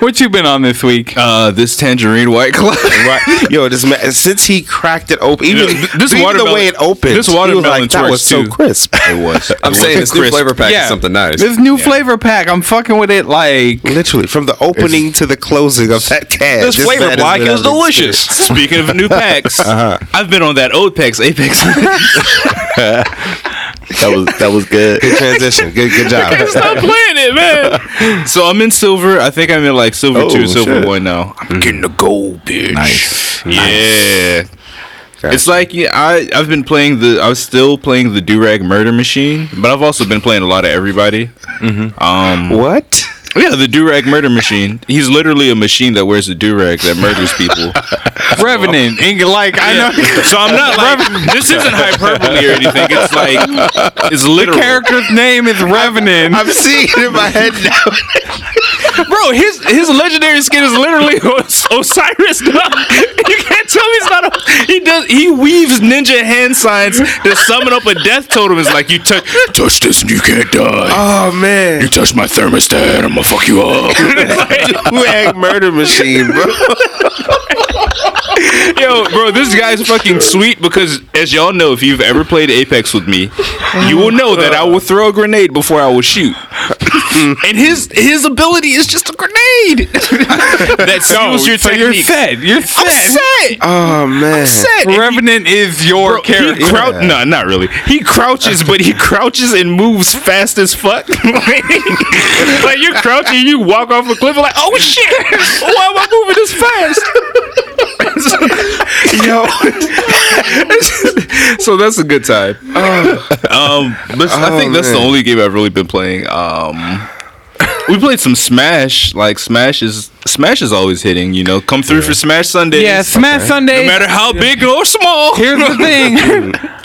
B: What you been on this week?
E: Uh, this tangerine white claw.
C: Right. Yo, this man, since he cracked it open, even,
E: Yeah,
C: this
E: this
C: even the
E: watermelon-
C: way it opened,
E: this
C: he was
E: watermelon
C: like, that
E: twerks,
C: was
E: too."
C: so crisp.
E: It was.
D: I'm saying this new flavor pack
B: Yeah.
D: is something nice.
B: This new flavor pack, I'm fucking with it. Like,
C: Literally, from the opening to the closing of that can.
E: This flavor block is delicious. Speaking of new packs,
C: Uh-huh.
E: I've been on that old packs Apex.
A: That was that was good.
C: Good transition. Good, good job.
E: Stop playing it, man. So I'm in silver. I think I'm in like silver
A: Oh,
E: two, silver
A: shit.
E: one now.
C: Mm-hmm.
E: I'm getting the gold, bitch.
A: Nice.
E: Yeah. It's like yeah, I I've been playing the I was still playing the Durag Murder Machine, but I've also been playing a lot of everybody. Um,
C: what?
E: yeah, the Durag Murder Machine. He's literally a machine that wears a durag that murders people.
B: Revenant. And like, I know
E: so I'm not like this isn't hyperbole or anything. It's like it's literal.
B: character's name is Revenant.
C: I'm seeing it in my head now.
E: Bro, his his legendary skin is literally Os- Osiris. Dog. You can't tell me he's not. A, he does. He weaves ninja hand signs to summon up a death totem. Is like you took.
A: Touch this and you can't die.
C: Oh man,
A: You touch my thermostat, I'm gonna fuck you up.
C: Durag murder machine, bro.
E: Yo, bro, this guy's fucking sweet because, as y'all know, if you've ever played Apex with me, you will know that I will throw a grenade before I will shoot. and his his ability is just a grenade that steals your
B: so you're
E: technique.
B: fed. You're fed.
E: Set.
C: Oh man.
E: Set. And he
B: Revenant is your
E: Bro,
B: character.
E: He crou- No, not really. He crouches, but he crouches and moves fast as fuck. like, like you're crouching, you walk off the cliff, like, oh shit, why am I moving this fast?
C: Yo,
E: so that's a good time. um, but I think that's the
C: man.
E: only game I've really been playing. Um, we played some Smash. Like Smash is Smash is always hitting. You know, come through for Smash Sunday.
B: Yeah, Smash Sunday.
E: No matter how big or small.
B: Here's the thing.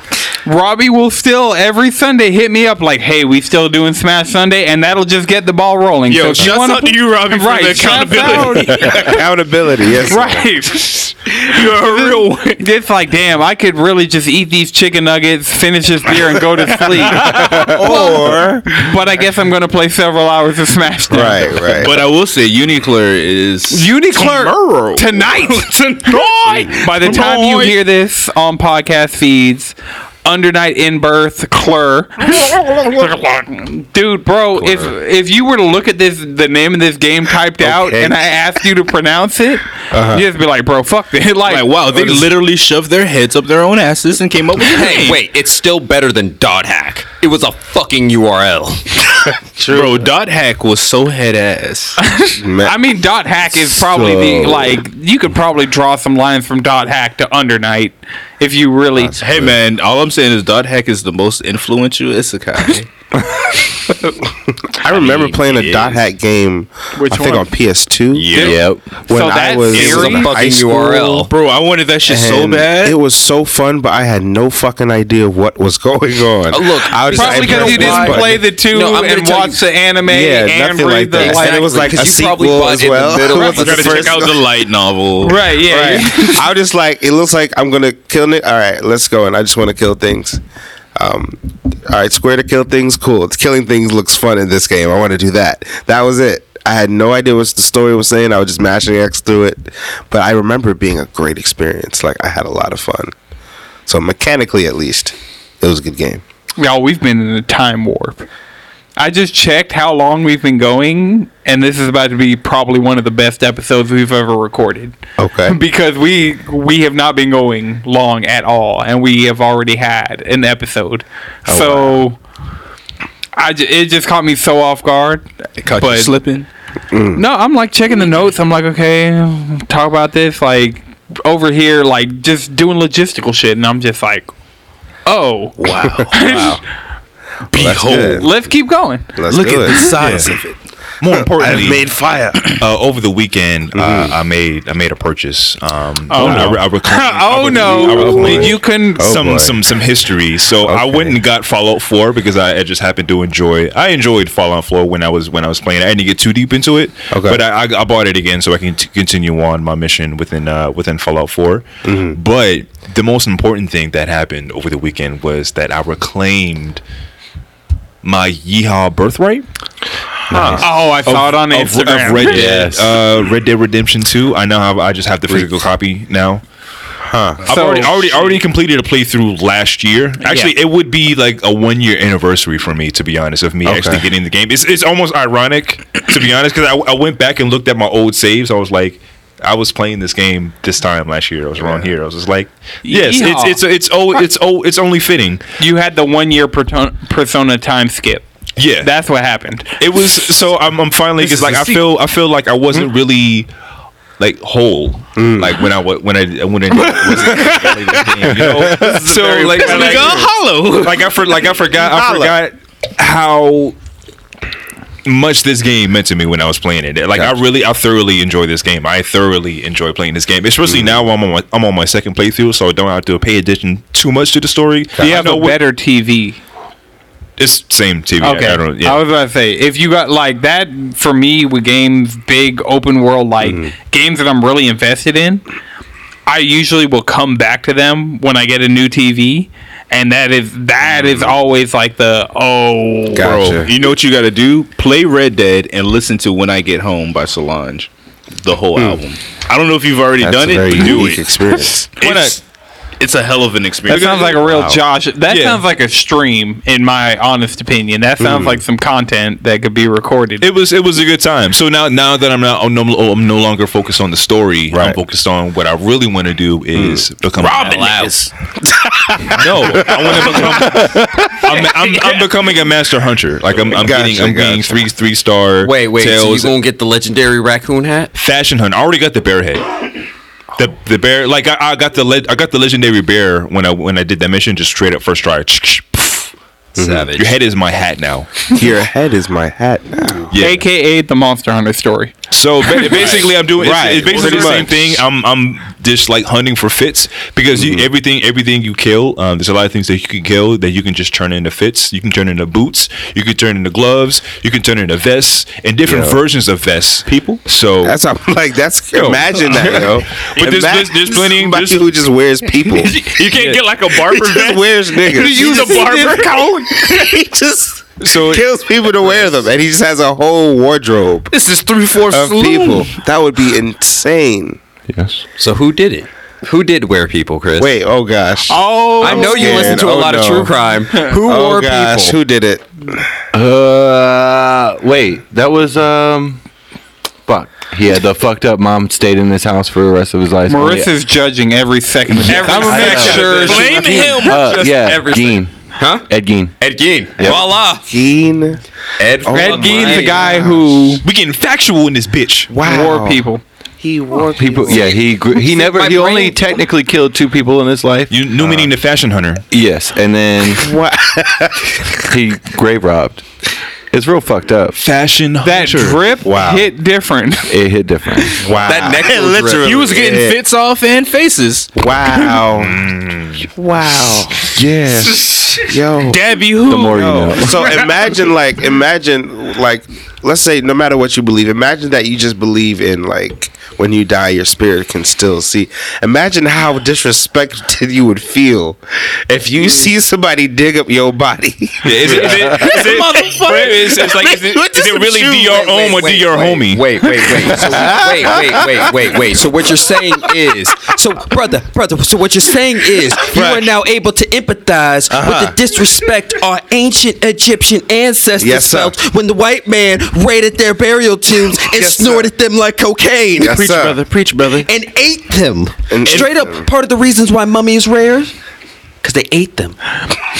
B: Robbie will still every Sunday hit me up like, "Hey, we still doing Smash Sunday," and that'll just get the ball rolling.
E: Yo,
B: if you
E: shouts
B: wanna
E: out
B: pl-
E: to you, Robbie, for the
B: right? shouts
E: accountability.
B: out.
C: accountability. Yes. sir.
B: right?
E: You're a real one.
B: It's like, damn, I could really just eat these chicken nuggets, finish this beer, and go to sleep. or, but I guess I'm gonna play several hours of Smash. Then.
C: Right. Right.
E: But I will say, Unicler is
B: Uniclerk tonight.
E: tonight.
B: By the time you
E: Tonight.
B: hear this on podcast feeds, Undernight in Birth, Clur. Dude, bro, if if you were to look at this, the name of this game typed out,
C: Okay.
B: and I asked you to pronounce it, you just be like, bro, fuck this. Like,
E: like wow, they literally shoved their heads up their own asses and came up with a
D: Hey,
E: name.
D: wait, it's still better than dot hack. It was a fucking URL.
E: bro, Dot Hack was so head ass.
C: Man.
B: I mean, Dot Hack is probably the
C: So-
B: like you could probably draw some lines from Dot Hack to Undernight if you really.
E: hey man, all I'm saying is Dot Hack is the most influential isekai.
C: I remember playing a dot hack game. I think on PS2.
A: Yep.
C: When
B: So
C: I
B: that
C: was
B: theory- It was a
C: in
D: fucking
C: high school,
D: URL.
E: bro, I wanted that shit so
C: and
E: bad.
C: It was so fun, but I had no fucking idea what was going on.
D: look,
C: I was just
B: Probably
C: like,
B: because you
C: press
B: didn't
C: button.
B: play the two
D: No, I'm gonna
B: and
D: tell
B: watch
D: you-
B: the anime
C: Yeah,
B: and
C: nothing
B: read
C: like
B: the
C: that.
B: like.
C: and it was like a
D: because you probably
C: sequel
D: bought
C: as
D: it in the
C: well.
D: middle of
C: It was
D: the
C: the
E: Gotta check
C: first-
E: out the light novel.
B: Right, yeah.
C: Right. I was just like, it looks like I'm gonna kill it. All right, let's go. And I just want to kill things. Um, all right, square to kill things. Cool. It's killing things looks fun in this game. I want to do that. That was it. I had no idea what the story was saying. I was just mashing X through it, but I remember it being a great experience. Like I had a lot of fun. So mechanically, at least, it was a good game.
B: Y'all, we've been in a time warp. I just checked how long we've been going, and this is about to be probably one of the best episodes we've ever recorded.
C: Okay.
B: Because we we have not been going long at all, and we have already had an episode.
E: Oh,
B: so I ju- it just caught me so off guard.
E: It caught
B: But- Mm.
E: you slipping.
B: No, I'm like checking the notes. I'm like, okay, talk about this. Like over here, like just doing logistical shit, and I'm just like, oh,
E: Wow.
C: Behold.
B: let's keep going.
C: Let's do it.
A: size of it. More importantly,
C: fire. Mm-hmm.
A: uh, over the weekend, uh, I made I made a purchase. Um,
B: Oh,
A: I-
B: no.
A: I, I reclaimed- I
B: oh
A: reclaimed- I
B: no,
A: reclaimed
B: you couldn't.
C: Oh,
A: some
C: boy.
A: some some history. So I went and got Fallout 4 because I, I just happened to enjoy. I enjoyed Fallout 4 when I was when I was playing. I didn't get too deep into it,
C: Okay.
A: but I, I, I bought it again so I can t- continue on my mission within uh, within Fallout 4.
C: Mm-hmm.
A: But the most important thing that happened over the weekend was that I reclaimed my Yeehaw birthright.
I: Oh, I saw it on
A: of,
I: Instagram.
A: of Red Dead,
D: Yes.
A: uh, Red Dead Redemption Two. I now have I just have the physical copy now. I've
I: So-
A: already already already completed a playthrough last year. Actually, it would be like a one year anniversary for me, to be honest, of me actually getting the game. It's it's almost ironic, to be honest, because I, I went back and looked at my old saves. I was like. I was playing this game this time last year. I was around here. I was just like, yes,
I: Yeehaw.
A: it's it's it's oh it's oh it's only fitting.
I: you had the one year persona, persona time skip.
A: Yeah,
I: That's what happened.
A: it was so I'm, I'm finally because
E: This is
A: like
E: a
A: I feel I feel like I wasn't really like whole like when I wa- when I when I wasn't really the game, you know so like I, like,
B: hollow.
A: like I for, like I forgot I forgot how much this game meant to me when I was playing it like I really I thoroughly enjoy this game I thoroughly enjoy playing this game especially now I'm on my, I'm on my second playthrough so I don't have to pay attention too much to the story
I: You
A: I
I: have
A: know
I: a
A: what-
I: better TV.
A: it's same TV I-
I: Okay.
A: I don't yeah.
I: I was about to say, if you got like that, for me, with games, big open world, like
A: Mm-hmm.
I: games that I'm really invested in, I usually will come back to them when I get a new TV. And that is that is
A: Mm-hmm.
I: always like the oh
C: Gotcha.
E: You know what you got to do? Play Red Dead and listen to When I Get Home by Solange, the whole album. I don't know if you've already
C: That's
E: done
C: a
E: it,
C: very
E: but do
C: unique
E: it.
C: experience.
E: It's, it's a hell of an experience.
I: That sounds like a real
E: Wow.
I: Josh. That
A: Yeah.
I: sounds like a stream, in my honest opinion. That sounds like some content that could be recorded.
A: it was it was a good time. So now now that I'm not I'm no, I'm no longer focused on the story. I'm
C: Right.
A: focused on what I really want to do
D: Hmm.
A: is become Robin.
D: Allows.
A: No, I want to become. I'm, I'm, I'm becoming a master hunter. Like I'm, I'm
C: Gotcha,
A: getting I'm getting
C: gotcha.
A: three three star.
D: Wait, wait. So you
A: tails
D: gonna get the legendary raccoon hat?
A: fashion hunt. I already got the bear head. The, the bear like I, I got the le- I got the legendary bear when I when I did that mission just straight up first try.
D: Savage.
A: Your head is my hat now.
C: Your head is my hat now.
A: Yeah.
I: AKA the Monster Hunter story.
A: So ba- basically, I'm doing it's-
C: Right.
A: it's, basically the
C: Pretty
A: same
C: much.
A: thing. I'm I'm just like hunting for fits because
E: Mm-hmm.
A: you, everything everything you kill, um, there's a lot of things that you can kill that you can just turn into fits. You can turn into boots. You can turn into gloves. You can turn into vests and different
C: Yeah.
A: versions of vests. People. So
C: That's I'm like that's
A: Yo.
C: imagine that, yo.
A: But there's-
C: Imagine
A: there's- there's plenty-
C: somebody
A: there's-
C: who just wears people. he
E: You can't get like a barber
C: just
E: vest.
C: wears niggas.
E: You use a barber coat.
C: he just
A: so
C: kills people to wear them, and he just has a whole wardrobe
E: This is three fourths
C: of people. That would be insane.
D: So who did it? Who did wear people, Chris?
C: Wait, oh gosh.
I: Oh,
D: I know you
C: scared.
D: listen to a
C: Oh,
D: lot of
C: no.
D: true crime. Who
C: oh
D: wore
C: gosh,
D: people?
C: who did it?
G: Uh, wait, that was um, fuck. He had the fucked up mom stayed in his house for the rest of his life.
I: Marissa's judging every second. Of every
G: I'm gonna make sure
E: Blame him.
G: Uh, yeah,
D: everything.
G: Gene. Huh? Ed Gein.
D: Ed Gein. Voila.
C: Gene.
D: Ed,
C: Oh
I: Ed
D: Gein,
I: Gein's the guy who
A: we getting factual in this bitch.
C: Wow.
I: wore people.
C: He wore people.
G: People. Yeah, he gr- he never.
D: My
G: He only
D: brain-
G: technically killed two people in his life.
A: You new
E: Uh,
A: meaning the fashion hunter.
G: Yes, and then he grave robbed. It's real fucked up.
A: Fashion
I: That
A: hunter.
I: drip
C: Wow.
I: hit different.
G: It hit different.
C: Wow.
D: That neck was
C: Literally.
D: ripped.
E: He was getting fits off and faces.
C: Wow.
A: Mm.
C: wow. Yes. Yo.
I: Debbie who?
G: The more you
C: No.
G: know.
C: so imagine like imagine like let's say no matter what you believe imagine that you just believe in like when you die your spirit can still see imagine how disrespected you would feel if you see somebody dig up your body
A: Yeah, is it, is it, is it, wait, it's, it's like is it,
C: What
A: is it
C: does
A: really
C: you-
A: do your
C: wait,
A: own or do your
D: wait,
A: homie?
D: Wait, wait, wait. So, wait, wait, wait, wait, wait. So what you're saying is, so brother, brother. So what you're saying is, you are now able to empathize
C: Uh-huh.
D: with the disrespect our ancient Egyptian ancestors
C: Yes, sir.
D: felt when the white man raided their burial tombs and
C: Yes, sir.
D: snorted them like cocaine.
C: Yes, sir.
G: Preach, brother.
D: and ate them.
C: And
D: Straight
C: ate
D: up,
C: them.
D: part of the reasons why mummy is rare, because they ate them.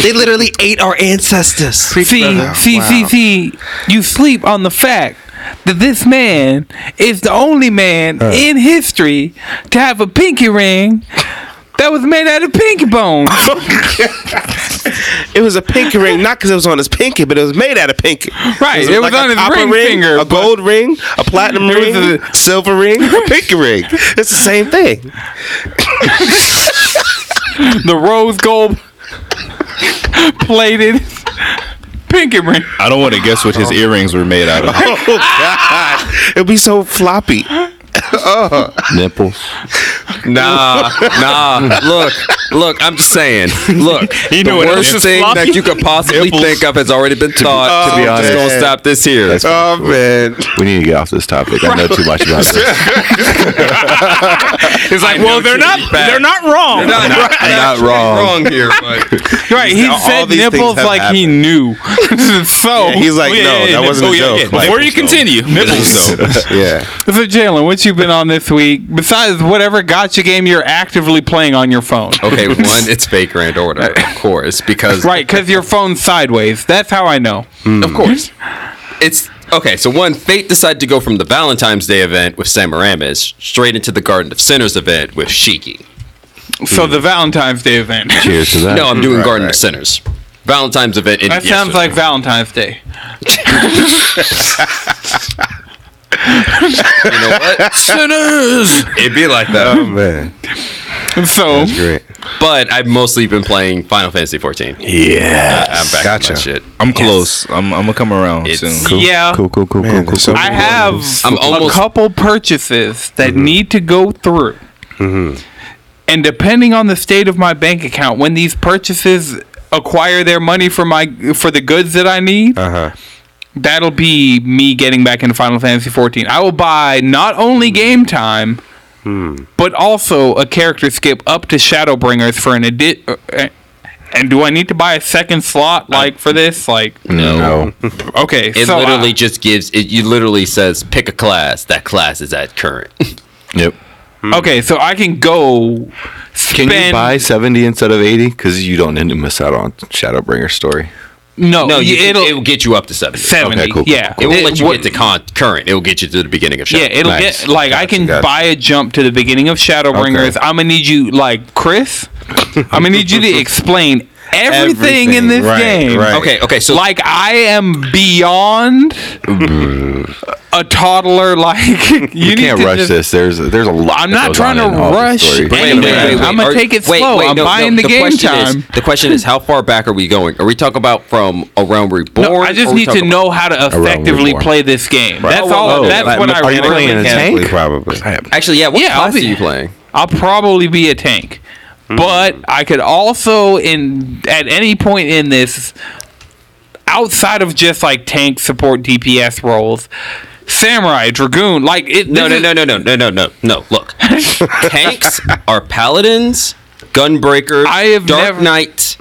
D: They literally ate our ancestors.
B: See, see, see, see, you sleep on the fact that this man is the only man in history to have a pinky ring that was made out of pinky bones.
C: it was a pinky ring not because it was on his pinky but it was made out of pinky
I: Right, it was
C: like
I: on
C: a
I: his
C: copper
I: ring finger,
C: a gold ring a platinum
I: It
C: ring
I: was
C: a silver ring a pinky ring it's the same thing
I: the rose gold plated pinky ring.
E: I don't want to guess what his
A: Uh-huh.
E: earrings were made out of.
C: it'd be so floppy
G: Nipples.
D: Nah, nah. Look, look. I'm just saying. Look,
E: You
D: the
E: know what else
D: worst
E: is
D: thing
E: floppy?
D: that you could possibly
E: Nipples.
D: think of has already been taught.
G: to be honest.
D: I'm just gonna stop this here.
G: That's-
C: Oh man.
G: We need to get off this topic. I know too much about this.
E: It's like, well, they're not. They're not wrong.
D: not,
G: not wrong.
D: here, but
B: Right, he said
C: these things
B: nipples
C: have
B: like he
C: happened.
B: knew. so,
C: He's like,
A: yeah,
C: no,
A: yeah,
C: that
A: yeah.
C: wasn't
A: Oh,
C: a
A: yeah,
C: joke.
A: yeah.
C: Like,
E: Before you continue,
A: Nipples though.
C: yeah.
B: so Jalen, what you been on this week besides whatever gotcha game you're actively playing on your phone?
D: okay. One, it's fake grand order, of course, because
B: Right, because your phone's sideways. That's how I know.
D: Of course. It's okay. So one, Fate decided to go from the Valentine's Day event with Sam Aramis straight into the Garden of Sinners event with Shiki.
B: So the Valentine's Day event.
G: Cheers to that.
D: No, I'm doing Garden of Sinners. Valentine's event. ended
B: That sounds
D: yesterday.
B: like Valentine's Day.
D: you know what? Sinners. It'd be like that.
C: Oh man.
B: So
C: Great.
D: But I've mostly been playing Final Fantasy 14. Yeah, I'm back gotcha.
C: Gotcha.
D: my shit.
E: I'm close. I'm, I'm gonna come around
D: It's-
E: soon.
B: yeah,
G: Cool, cool, cool,
C: Man,
G: cool, cool.
C: so
B: I have
D: I'm
B: a
D: almost- Mm-hmm.
B: couple purchases that need to go through. And depending on the state of my bank account, when these purchases acquire their money for my for the goods that I need,
C: Uh-huh.
B: that'll be me getting back into Final Fantasy 14. I will buy not
D: Mm-hmm.
B: only game time,
D: Hmm.
B: but also a character skip up to Shadowbringers for an edit. And do I need to buy a second slot like for this? Like
G: No.
B: okay,
D: It
B: so uh,
D: literally
B: I-
D: just gives. It you literally says pick a class. That class is at current.
G: Yep.
B: okay, so I can go.
G: Mm-hmm. Can
B: Spend,
G: you buy 70 instead of 80? Because you don't need to miss out on Shadowbringer story.
B: No,
D: no,
B: y-
D: you,
B: it'll
D: it'll it will get you up to seventy.
B: seventy.
G: okay, cool, cool,
B: yeah,
D: It won't let you
B: what-
D: get to con- current. It will get you to the beginning of show.
B: Yeah, it'll
G: Nice.
B: get like I can
C: gotcha.
B: buy a jump to the beginning of Shadowbringers. I'm gonna need you, like Chris. I'm gonna need you to explain everything, in this
C: Right,
B: game.
C: right.
D: Okay, okay, so
B: Like I am beyond a toddler. Like you,
G: Mm. You,
B: need
G: can't
B: to
G: rush
B: just-
G: this. There's there's a lot.
B: I'm
G: that
B: not
G: goes
B: trying
G: on
B: to
G: in all this
B: rush
G: story.
B: Wait, wait, wait, wait. I'ma
D: Are-
B: take it slow. I'm buying the game
D: question is-
B: time.
D: the question is, how far back are we going? Are we talking about from a realm reborn?
B: No, I
D: Are
B: just
D: we
B: need to
D: talking about-
B: know how to effectively
G: reborn.
B: play this game. That's
D: Oh,
B: all.
D: oh,
B: that's
D: like,
B: what I
G: are you
B: really
G: playing in a
B: care.
G: tank?
C: Probably.
D: Actually, yeah. What
B: Yeah, I'll
D: class
B: be-
D: are you playing?
B: I'll probably be a tank. But I could also in at any point in this outside of just like tank support DPS roles, samurai, dragoon, like it
D: No, no,
B: this
D: no,
B: is-
D: no, no, no, no, no, no. Look, tanks are paladins, gunbreakers,
B: I have
D: dark
B: never-
D: knights,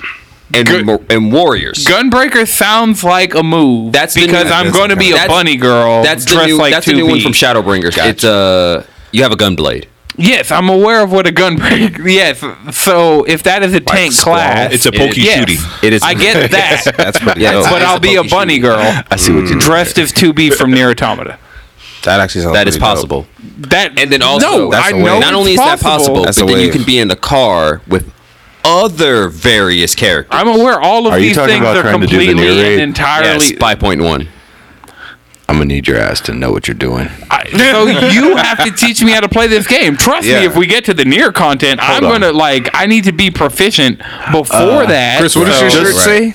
D: and mo- and warriors.
B: Gunbreaker sounds like a move.
D: That's the
B: because
D: new-
B: I'm
D: that's
B: going to
D: okay.
B: be a
D: That's-
B: bunny girl
D: that's the
B: dressed
D: new.
B: like
D: that's
B: 2
D: the new one from Shadowbringers. It's uh, you have a gunblade.
B: Yes, I'm aware of what a gunbreaker. Yes, so if that is a tank class,
A: It's a pokey
B: yes,
A: shooty.
D: It is.
B: I get that.
C: That's pretty
D: Yeah,
C: dope.
D: it's-
B: but I'll be a
D: pokey
B: bunny
D: shooty.
B: girl
G: I see what you
B: dressed as 2B from Near Automata.
C: that actually sounds
D: That is
C: Oh, pretty dope.
D: possible.
B: That
D: And then also,
B: no,
C: That's
B: I
C: the way-
B: know
D: not only is
B: it's
D: that possible,
C: That's
D: but
C: a
D: then you
C: wave.
D: can be in the car with other various characters.
B: I'm aware all of
G: Are you
B: these
G: talking
B: things
G: about
B: are
G: trying to do the
B: completely
G: near
B: and
G: raid?
B: entirely.
D: Yes, five point one.
G: I'm gonna need your ass to know what you're doing.
B: I- so you have to teach me how to play this game. Trust
C: Yeah.
B: me, if we get to the near content, I'm
G: on.
B: gonna like I need to be proficient before that.
E: Chris, what does your
C: So-
E: shirt
C: Right.
E: say?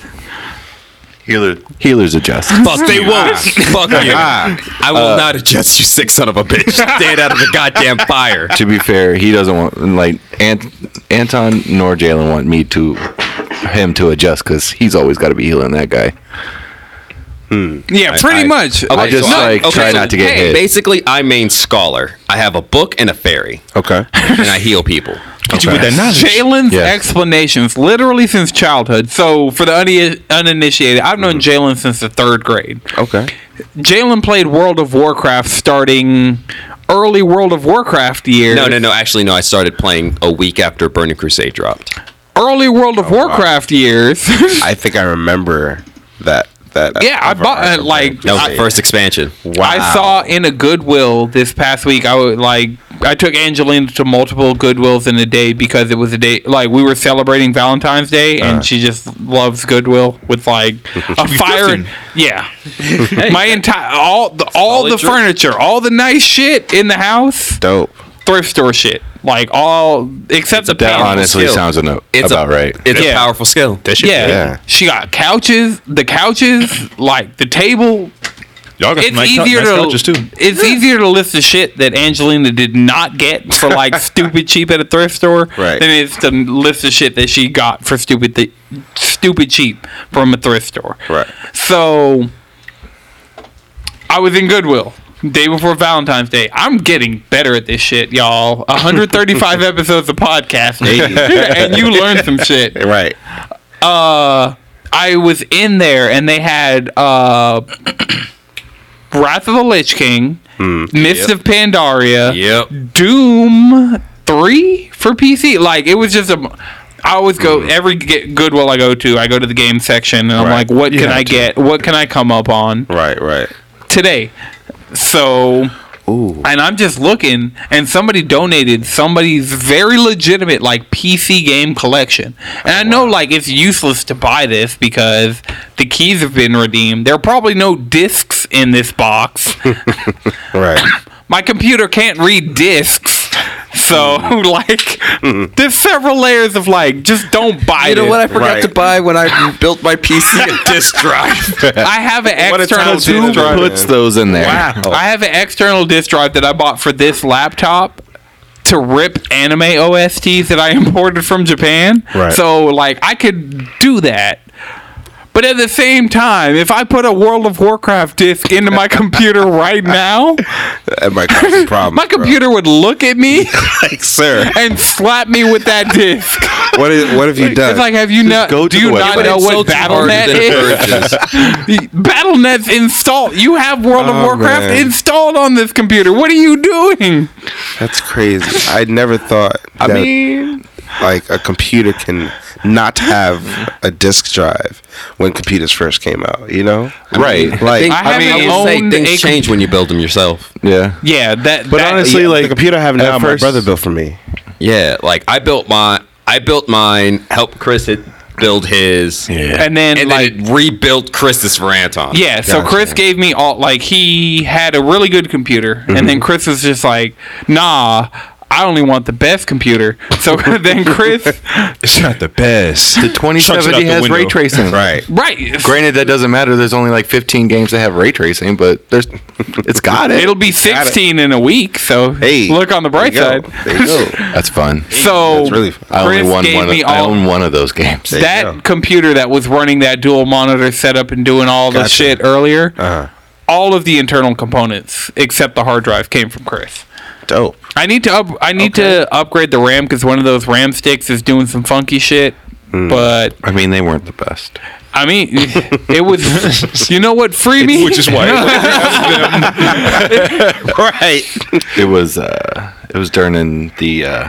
G: Healer, healers adjust.
D: Fuck they won't. Fuck you.
G: Ah.
D: I will
G: Uh,
D: not adjust you, sick son of a bitch. Stand out of the goddamn fire.
G: to be fair, he doesn't want like Ant- Anton nor Jalen want me to him to adjust because he's always got to be healing that guy.
B: yeah, pretty much.
G: I just
D: so
G: like try not to get
D: hey,
G: hit.
D: Basically, I'm main scholar. I have a book and a fairy,
C: Okay.
D: and I heal people.
A: Get you with that knowledge.
B: Jalen's
G: Yes.
B: explanations, literally since childhood. So for the un- uninitiated, I've known
D: Mm-hmm.
B: Jalen since the third grade.
C: Okay.
B: Jalen played World of Warcraft starting early World of Warcraft years.
D: No, no, no. Actually, no. I started playing a week after Burning Crusade dropped.
B: Early World
D: Oh,
B: of Warcraft years.
C: I think I remember that. That.
B: yeah, I bought uh, like
D: That was
B: I,
D: the first expansion.
B: I saw in a Goodwill this past week. I would like I took Angelina to multiple Goodwills in a day because it was a day like we were celebrating Valentine's Day and she just loves Goodwill with like a fire.
A: filthy.
B: Yeah, my entire all the all
D: Solid
B: the
D: choice.
B: furniture, all the nice shit in the house,
C: Dope.
B: thrift store shit, like all except the
G: That
B: pants.
G: honestly
D: skill.
G: sounds eno-
D: It's
G: about
D: a,
G: right.
D: It's
B: Yeah.
D: a powerful skill.
B: Yeah.
C: Yeah.
B: she got couches, the couches, like the table.
A: Y'all got some
B: It's
A: nice, cou-
B: easier
A: nice
B: to
A: couches too.
B: it's easier to list the shit that Angelina did not get for like stupid cheap at a thrift store
C: Right.
B: than it's to list the shit that she got for stupid th- stupid cheap from a thrift store.
C: Right.
B: So I was in Goodwill day before Valentine's Day. I'm getting better at this shit, y'all. 135 episodes of podcast, and you learn some shit
C: Right.
B: uh I was in there and they had uh Wrath of the Lich King, Mist of Pandaria,
D: Yep.
B: Doom 3 for PC. Like it was just a I always go every get Goodwill I go to, I go to the game section and I'm like what can I get? What can I come up on
C: Right. Right.
B: today? So and I'm just looking, and somebody donated somebody's very legitimate like PC game collection. And I know like it's useless to buy this because the keys have been redeemed. There are probably no discs in this box.
C: Right.
B: My computer can't read discs. So
J: Hmm.
B: like there's several layers of like just don't buy
J: You know
B: this.
J: what I forgot
C: Right.
J: to buy when I built my PC? A disk drive.
B: I have an external
C: talented
B: disc drive.
G: Puts those in there.
B: I have an external disk drive that I bought for this laptop to rip anime OSTs that I imported from Japan.
C: Right.
B: So like I could do that. But at the same time, if I put a World of Warcraft disc into my computer right now,
C: That might cause some problems.
B: my
C: bro.
B: computer would look at me
C: like, sir,
B: and slap me with that disc.
C: what, is, what have you done?
B: It's like, have you not?
G: go to
B: Do you
G: the
B: not
G: website.
B: know
J: It's
B: what
J: so much harder
B: BattleNet
J: than it
B: is? BattleNet's installed. You have World of
C: Oh,
B: Warcraft
C: man.
B: installed on this computer. What are you doing?
C: That's crazy. I never thought that like a computer can not have a disk drive when computers first came out, you know?
G: Right.
C: Like
J: Think-
B: I
J: I mean,
B: haven't
J: I would say
B: owned a
J: things
B: com-
J: change.
D: Change when you build them yourself.
G: Yeah.
B: Yeah, that.
C: but
B: that,
C: honestly, like the computer I have now,
G: at
C: my
G: first-
C: brother built for me.
D: Yeah, like I built my I built mine, helped Chris it build his. Yeah.
B: and then
D: And
B: like.
D: then it rebuilt Chris's for Anton.
B: yeah, so Chris gave me all like he had a really good computer, and then Chris was just like, "Nah, I only want the best computer." So then Chris,
A: It's not the best.
G: The 2070 has ray tracing.
C: Right.
B: right,
G: Granted, that doesn't matter. There's only like 15 games that have ray tracing, but there's it's got it.
B: it'll be sixteen in a week. So
C: Hey.
B: look on the bright
C: there you
B: side.
C: go. There you go.
G: That's fun.
B: So
C: That's really fun.
G: I only
B: Chris
G: won
B: gave
G: one. Of,
B: me
G: I
B: all-
G: own one of those games.
C: There you
B: that
C: go.
B: computer that was running that dual monitor setup and doing all the
C: Gotcha.
B: shit earlier,
C: Uh-huh.
B: all of the internal components except the hard drive came from Chris.
C: Dope.
B: I need to up. I need to upgrade the RAM because one of those RAM sticks is doing some funky shit.
C: Hmm.
B: But
G: I mean, they weren't the best.
B: I mean, it was. You know what? Free me.
A: Which is why
C: Right.
G: It was uh, it was during the uh,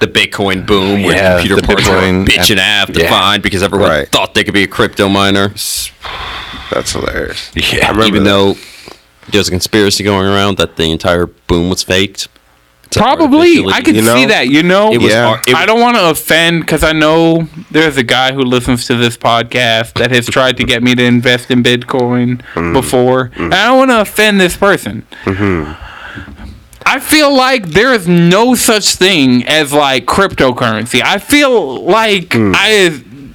D: The Bitcoin boom
G: Yeah,
D: where computer
G: the
D: parts
G: Bitcoin
D: were a bitch and a half to
G: yeah.
D: find because everyone
C: Right.
D: thought they could be a crypto miner.
C: That's hilarious.
G: yeah.
D: Even though there's a conspiracy going around that the entire boom was faked. It's
B: Probably,
D: artificially-
B: I can
C: You know?
B: see that. You know,
D: It was
C: Yeah.
D: ar- it-
B: I don't want to offend because I know there's a guy who listens to this podcast that has tried to get me to invest in Bitcoin before. And I don't want to offend this person. I feel like there is no such thing as like cryptocurrency. I feel like I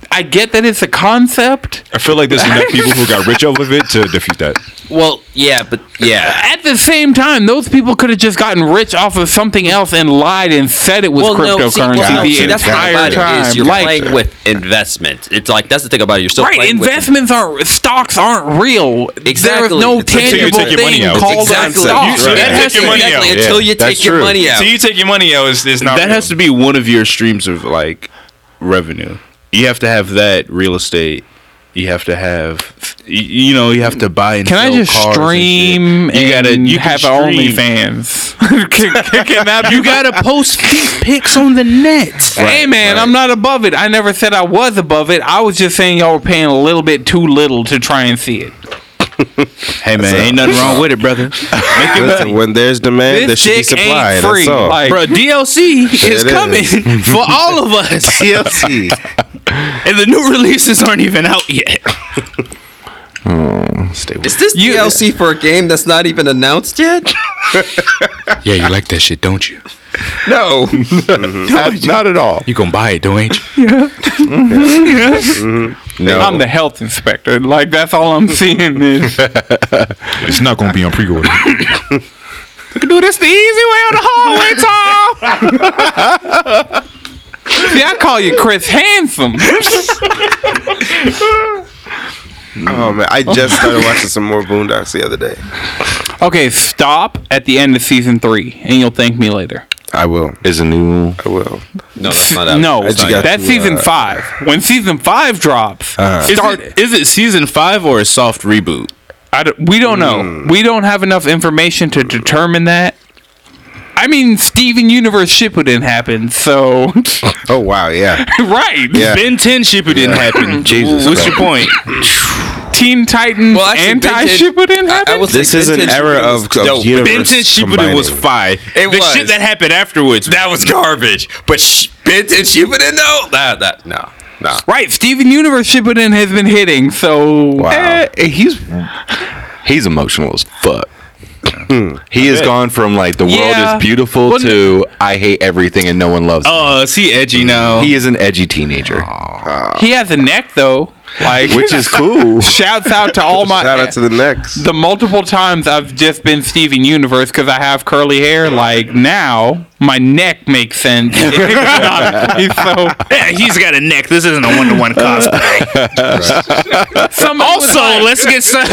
B: I get that it's a concept.
A: I feel like there's enough people who got rich off of it to defeat that.
D: Well, yeah, but yeah.
B: At the same time, those people could have just gotten rich off of something else and lied and said it was cryptocurrency the
D: see, that's the thing
B: entire
D: about
B: time.
D: It is you're
B: like,
D: playing with investment. It's like that's the thing about it. You're still
B: Right,
D: playing with-
B: investments aren't stocks aren't real. There
D: Exactly.
B: is no
D: It's until
A: you
B: tangible
A: take your money
B: thing
A: out. It's
B: called a
D: Exactly.
B: stock.
A: You- so
D: That
A: take
D: has
A: your
D: to-
A: money
D: exactly,
A: out.
D: Until
G: Yeah,
D: you
G: that's
D: take your
G: true.
D: money out.
A: So you take your money out. It's, it's not
E: that
A: real.
E: has to be one of your streams of like revenue. You have to have that real estate. You have to have, y- you know, you have to buy and
B: Can I
E: sell
B: just
E: cars and
B: stream
E: shit. You gotta, you
B: have
E: can stream.
B: OnlyFans? can, can, can that
E: You gotta post feet pics on the net.
B: hey man, I'm not above it. I never said I was above it. I was just saying y'all were paying a little bit too little to try and see it.
E: Hey man, ain't nothing wrong with it, brother.
C: Listen, when there's demand, there
B: this
C: should be
B: dick
C: supply.
B: ain't
C: That's
B: free.
C: all.
B: Like,
E: Bro, DLC is
C: It is.
E: coming for all of us,
C: TLC.
E: and the new releases aren't even out yet.
D: Is this DLC for a game that's not even announced yet?
E: Yeah, you like that shit, don't you?
B: No,
C: Not at all.
E: You gonna buy it, don't you?
B: I'm
C: Mm-hmm. No.
B: the health inspector. Like that's all I'm seeing is I
K: It's not going to be on pre-order.
B: can do this the easy way or the hard way, Tom. See, I call you Chris Handsome.
C: Oh man, I just started watching some more Boondocks the other day.
B: okay, stop at the end of season three, and you'll thank me later.
C: I will.
A: Is a new
C: I will.
D: No, that's not out.
B: no,
C: It's not out.
B: that's
C: You got to,
B: season
C: uh,
B: five. When season five drops, start.
E: Is it- is it season five or a soft reboot?
B: I don't- we don't know. We don't have enough information to determine that. I mean, Steven Universe Shippuden didn't happen, so
C: Oh wow, yeah.
B: right.
C: Yeah.
E: Ben 10 Shipper didn't happen. Jesus. What's your point?
B: Teen Titans
D: Well, actually,
B: anti
D: Ben did-
B: Shippuden happen.
D: was
C: This is an era of, of universe
E: Ben 10 Shippuden
C: combining.
E: was fire.
D: It
E: the
D: was.
E: shit that happened afterwards.
D: that was garbage. But sh- Benton Shippuden, no, that that no, no.
B: right, Steven Universe Shippuden has been hitting, so
A: Eh, he's he's emotional as fuck.
C: Hmm.
A: he has gone from like the world
B: Yeah.
A: is beautiful
B: Well,
A: to I hate everything and no one loves. me.
E: Oh, see edgy now.
A: He is an edgy teenager,
B: he has a neck though. Like,
A: which is cool.
B: shouts out to all my
C: Shout out to the next.
B: the multiple times I've just been Steven Universe because I have curly hair. Like now, my neck makes sense. so
E: Yeah, he's got a neck. This isn't a one to one cosplay.
B: some
E: also, let's get some.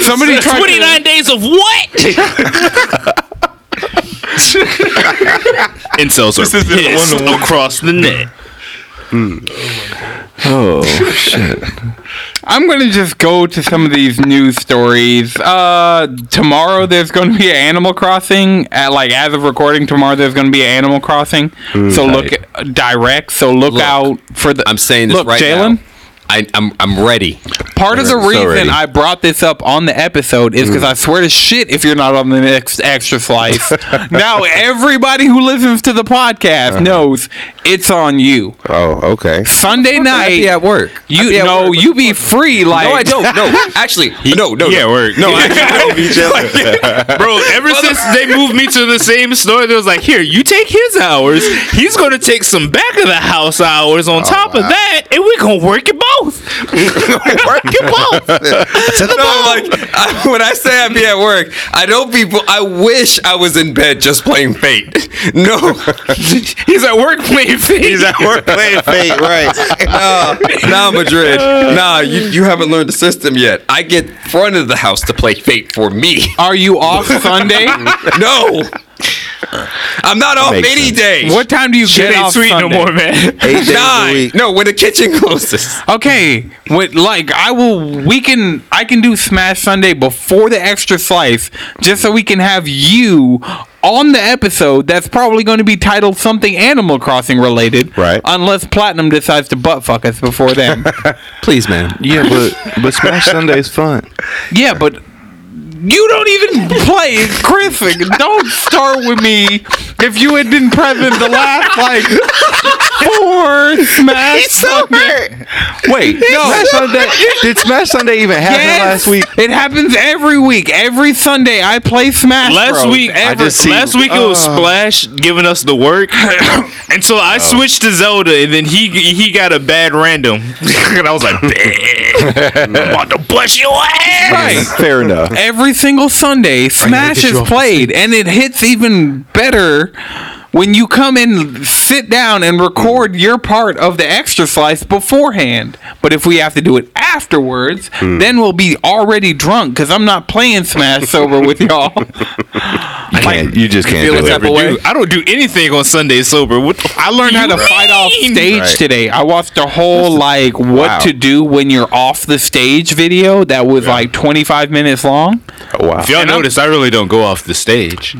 B: somebody tried to-
E: 29 days of what? Incels are pissed across the net.
B: I'm gonna just go to some of these news stories. Uh, tomorrow there's gonna be an Animal Crossing. At like as of recording tomorrow, there's gonna be an Animal Crossing. so look at, uh, direct. So look,
D: Look,
B: out for the.
D: I'm saying this
B: look,
D: right
B: Jalen.
D: now. I, I'm I'm ready.
B: Part of the
A: so
B: reason
A: ready.
B: I brought this up on the episode is because
D: Mm.
B: I swear to shit, if you're not on the next Extra Slice, now everybody who listens to the podcast
D: Uh-huh.
B: knows it's on you.
C: Oh, okay.
B: Sunday night,
D: be at work.
B: You
D: I'd be at
B: know,
D: work.
B: you be free. Like
D: No, I don't. No, actually, no, no,
E: Yeah,
D: no.
E: work. No, bro. Ever since they moved me to the same store, they was like, "Here, you take his hours. He's gonna take some back of the house hours on top
D: Uh-huh.
E: of that, and we're gonna work it both. work it both.
D: No, like I, when I say I be at work, I don't be. I wish I was in bed just playing Fate. No,
E: He's at work playing He's at work playing
C: Fate, right?
D: nah, nah, Madrid. Nah, you, you haven't learned the system yet. I get front of the house to play Fate for me.
B: are you off Sunday?
D: No, I'm not off
A: Makes
D: any
A: sense.
D: day.
B: What time do you get
E: ain't
B: off
E: sweet
B: Sunday?
E: no more, man.
C: Eight days a
D: Nine.
C: week.
D: No, when the kitchen closes.
B: Okay, with like I will we can I can do Smash Sunday before the extra slice just so we can have you on the episode that's probably going to be titled something Animal Crossing related,
C: Right.
B: Unless Platinum decides to butt fuck us before then.
D: Please, man.
A: yeah, but but Smash Sunday's fun.
B: yeah, but you don't even play Chris. Don't start with me if you had been present the last like four Smash. Sunday-
A: Wait, Smash Sunday, did Smash Sunday even happen
B: Yes!
A: last week?
B: It happens every week. Every Sunday, I play Smash.
E: Last
B: Bros.
E: week,
B: Every-
E: I just Uh. see- last week it was Splash giving us the work, and so I switched to Zelda, and then he he got a bad random, and I was like, "Bad, I'm about to bust your ass."
A: Fair enough.
B: every single Sunday, Smash is played, and it hits even better when you come and sit down and
A: Mm.
B: record your part of the extra slice beforehand. But if we have to do it afterwards,
A: Mm.
B: then we'll be already drunk because I'm not playing Smash sober with y'all.
A: You can't, you just can't do it.
E: Dude, I don't do anything on Sunday sober. What the
B: I learned how to fight off stage today. I watched a whole like what to do when you're off the stage video that was like 25 minutes long
E: If y'all notice, I really don't go off the stage.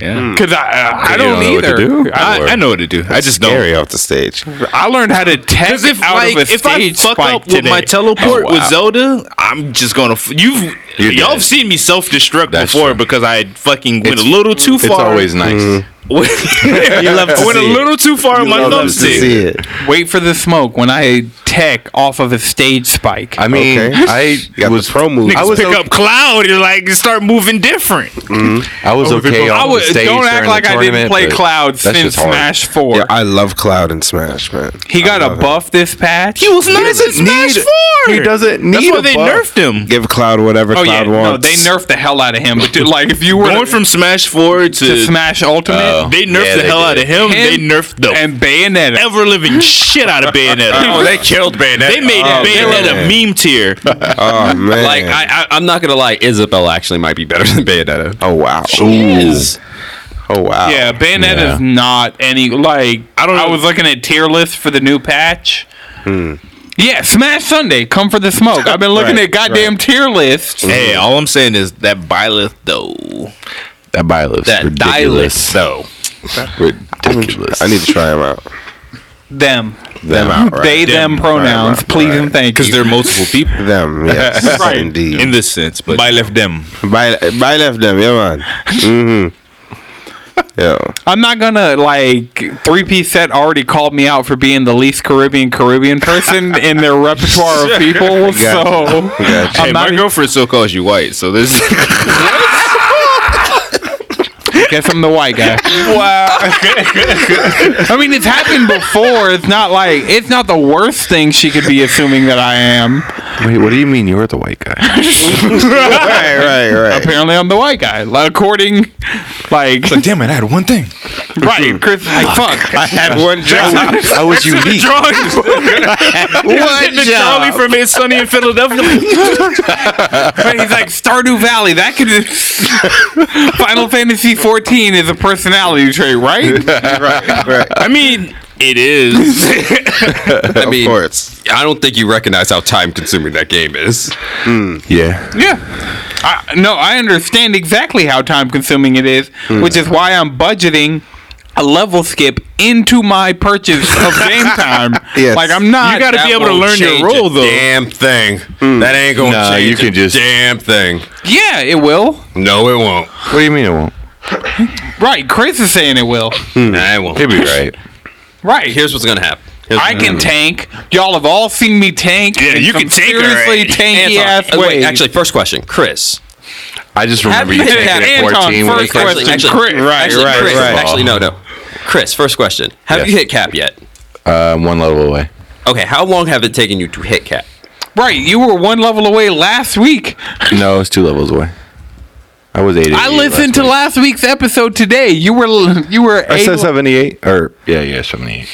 E: Yeah,
B: because I, I, I don't
A: know what to
B: either.
A: do?
E: I, I know what to do. I just don't.
C: Carry off the stage.
B: I learned how to tech
E: Because if
B: out
E: like
B: of a
E: if I
B: stage
E: fuck
B: spike
E: up with
B: today.
E: my teleport with Zelda, I'm just gonna f- you've
A: You're
E: y'all
A: dead.
E: have seen me self destruct
A: That's
E: before
A: true.
E: because I fucking went
A: It's-
E: a little too
A: It's
E: far.
A: always nice.
B: Mm-hmm.
E: went
A: love to
E: went a
A: see it.
E: little too far on my
C: Love to
E: thumbstick.
C: see it.
B: Wait for the smoke when I tech off of a stage spike.
G: I mean,
C: Okay. You
G: I
C: got
G: was
C: the pro move.
G: I was
J: pick
G: okay,
J: up cloud and like start moving different.
G: I was okay on
B: I would,
G: the stage
B: don't
G: during
B: act
G: the
B: like I didn't
G: tournament,
B: play
G: but
B: Cloud
G: that
B: since
G: shit's hard.
B: Smash Four.
C: Yeah, I love Cloud and Smash, man.
B: he got
C: I
B: a
C: love
B: buff this patch.
J: He was nice in
G: doesn't
J: Smash
G: need-
J: Four.
G: He doesn't need.
J: That's why
G: a
J: they
G: buff.
J: nerfed him.
C: it. Give Cloud whatever
B: Oh yeah,
C: Cloud
B: no,
C: wants.
B: they nerfed the hell out of him. But dude, like, if you were
J: Going from Smash Four to,
B: to Smash Ultimate,
A: Oh,
J: they nerfed
D: Yeah,
J: the
D: they
J: hell out
D: did.
J: of him. They
B: Him
J: nerfed the
B: Uh, and Bayonetta.
J: ever living shit out of Bayonetta.
G: Oh,
D: they killed Bayonetta.
J: They made
A: Oh,
J: Bayonetta meme tier.
C: Oh man!
D: Like I, I, I'm not gonna lie, Isabel actually might be better than Bayonetta.
C: oh wow!
D: Jeez.
C: Oh wow!
B: Yeah, Bayonetta's is not any like. I don't. I was looking at tier list for the new patch.
G: Hmm.
B: Yeah, Smash Sunday, come for the smoke. I've been looking at goddamn tier lists.
J: hey, all I'm saying is that Byleth though.
G: That Byleth's
D: That
G: ridiculous.
D: Dialist though.
G: ridiculous.
C: I need to try him out.
B: Them,
C: Them out. Right?
B: they, them, pronouns, please and thank you.
J: Because there are multiple people
C: Them. Yes.
B: Right.
C: Indeed.
J: in this sense, but
A: I left them.
C: by by left them. Yeah man. Mm-hmm. Yo.
B: I'm not gonna like three piece set already called me out for being the least Caribbean Caribbean person in their repertoire of people. So
C: Gotcha.
B: I'm not.
J: girlfriend still calls you white, so this
B: guess I'm the white guy. I mean, it's happened before. It's not like it's not the worst thing she could be assuming that I am.
G: Wait, what do you mean you're the white guy?
C: right. Right. Right.
B: Apparently, I'm the white guy. Like, According, like,
A: Like, damn it, I had one thing.
B: right, Chris? Like, fuck.
C: I had one job.
G: I was unique.
C: One
J: Charlie from It's Sunny in Philadelphia.
B: But he's like Stardew Valley. That could. Final Fantasy 14 is a personality trait, right?
C: right. Right.
J: I mean, it is.
D: I mean,
C: Of course.
D: I don't think you recognize how time consuming that game is.
G: yeah.
B: Yeah. I, no, I understand exactly how time consuming it is,
J: Hmm.
B: which is why I'm budgeting a level skip into my purchase of game time.
C: Yes.
B: Like I'm not.
J: You gotta
D: That
J: be able to
D: won't
J: learn your
D: change
J: role,
D: a
J: though.
D: Damn thing. That ain't gonna
G: Nah,
D: change.
G: you can
D: a
G: just-
D: damn thing.
B: yeah, it will.
D: No, it won't.
G: What do you mean it won't?
B: Right, Chris is saying it will.
D: Nah, it won't.
G: He'll be right.
B: Right.
D: Here's what's gonna happen. Here's
B: I can tank. Y'all have all seen me tank. Yeah,
J: you can tank
B: seriously
J: already.
B: tanky
D: Anton,
B: ass
D: uh,
B: ways.
D: wait, actually, first question, Chris.
G: I just remember you
B: Have you
G: taking
B: had
G: it at
B: Anton
G: 14 when
B: first
G: it comes
B: question?
G: to-
D: actually,
B: Chris.
D: right, actually,
C: right,
D: Chris,
C: right.
D: Actually, no, no. Chris, first question. Have
G: Yes.
D: you hit cap yet?
G: uh, one level away.
D: Okay, how long have it taken you to hit cap?
B: right, you were one level away last week.
G: No, it's two levels away. I was 88.
B: I listened to last week's episode today. You were you were
G: I
B: able-
G: said 78 or yeah, yeah, 78.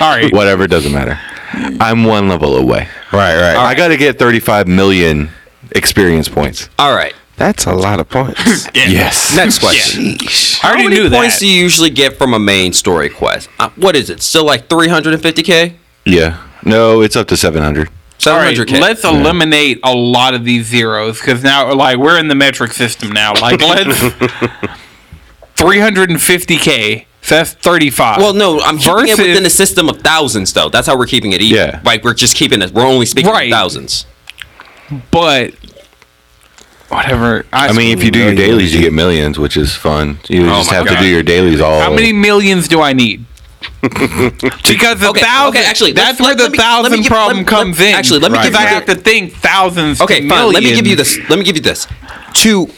B: all right.
G: Whatever, doesn't matter. I'm one level away.
C: Right. Right.
G: I got to get 35 million experience points.
D: All right.
C: That's a lot of points.
G: Yes.
D: Next question.
C: Yeesh.
D: How
B: already
D: many
B: knew that.
D: points do you usually get from a main story quest? Uh, what is it? Still like 350k?
G: Yeah. No, it's up to 700.
B: All right,
D: 700k?
B: let's eliminate a lot of these zeros because now, like, we're in the metric system now. Like, let's 350k. So that's 35.
D: well, no, I'm keeping it
B: Versus-
D: within a system of thousands, though. That's how we're keeping it even.
G: Yeah.
D: Like, we're just keeping it. We're only speaking
B: Right.
D: of thousands.
B: but whatever.
G: I mean, if you do your
C: Millions.
G: dailies, you get millions, which is fun. You just
B: Oh my
G: have
B: God.
G: to do your dailies all.
B: How many millions do I need? because the
D: Okay,
B: thousand,
D: okay, actually,
B: that's
D: let-
B: where
D: let-
B: the
D: let me- let me
B: thousand
D: give-
B: problem
D: let-
B: comes
D: let-
B: in.
D: actually, let me give
B: I
D: you-
B: have to think thousands.
D: Okay,
B: to
D: fine. Let me give you
B: millions.
D: this. Let me give you this. To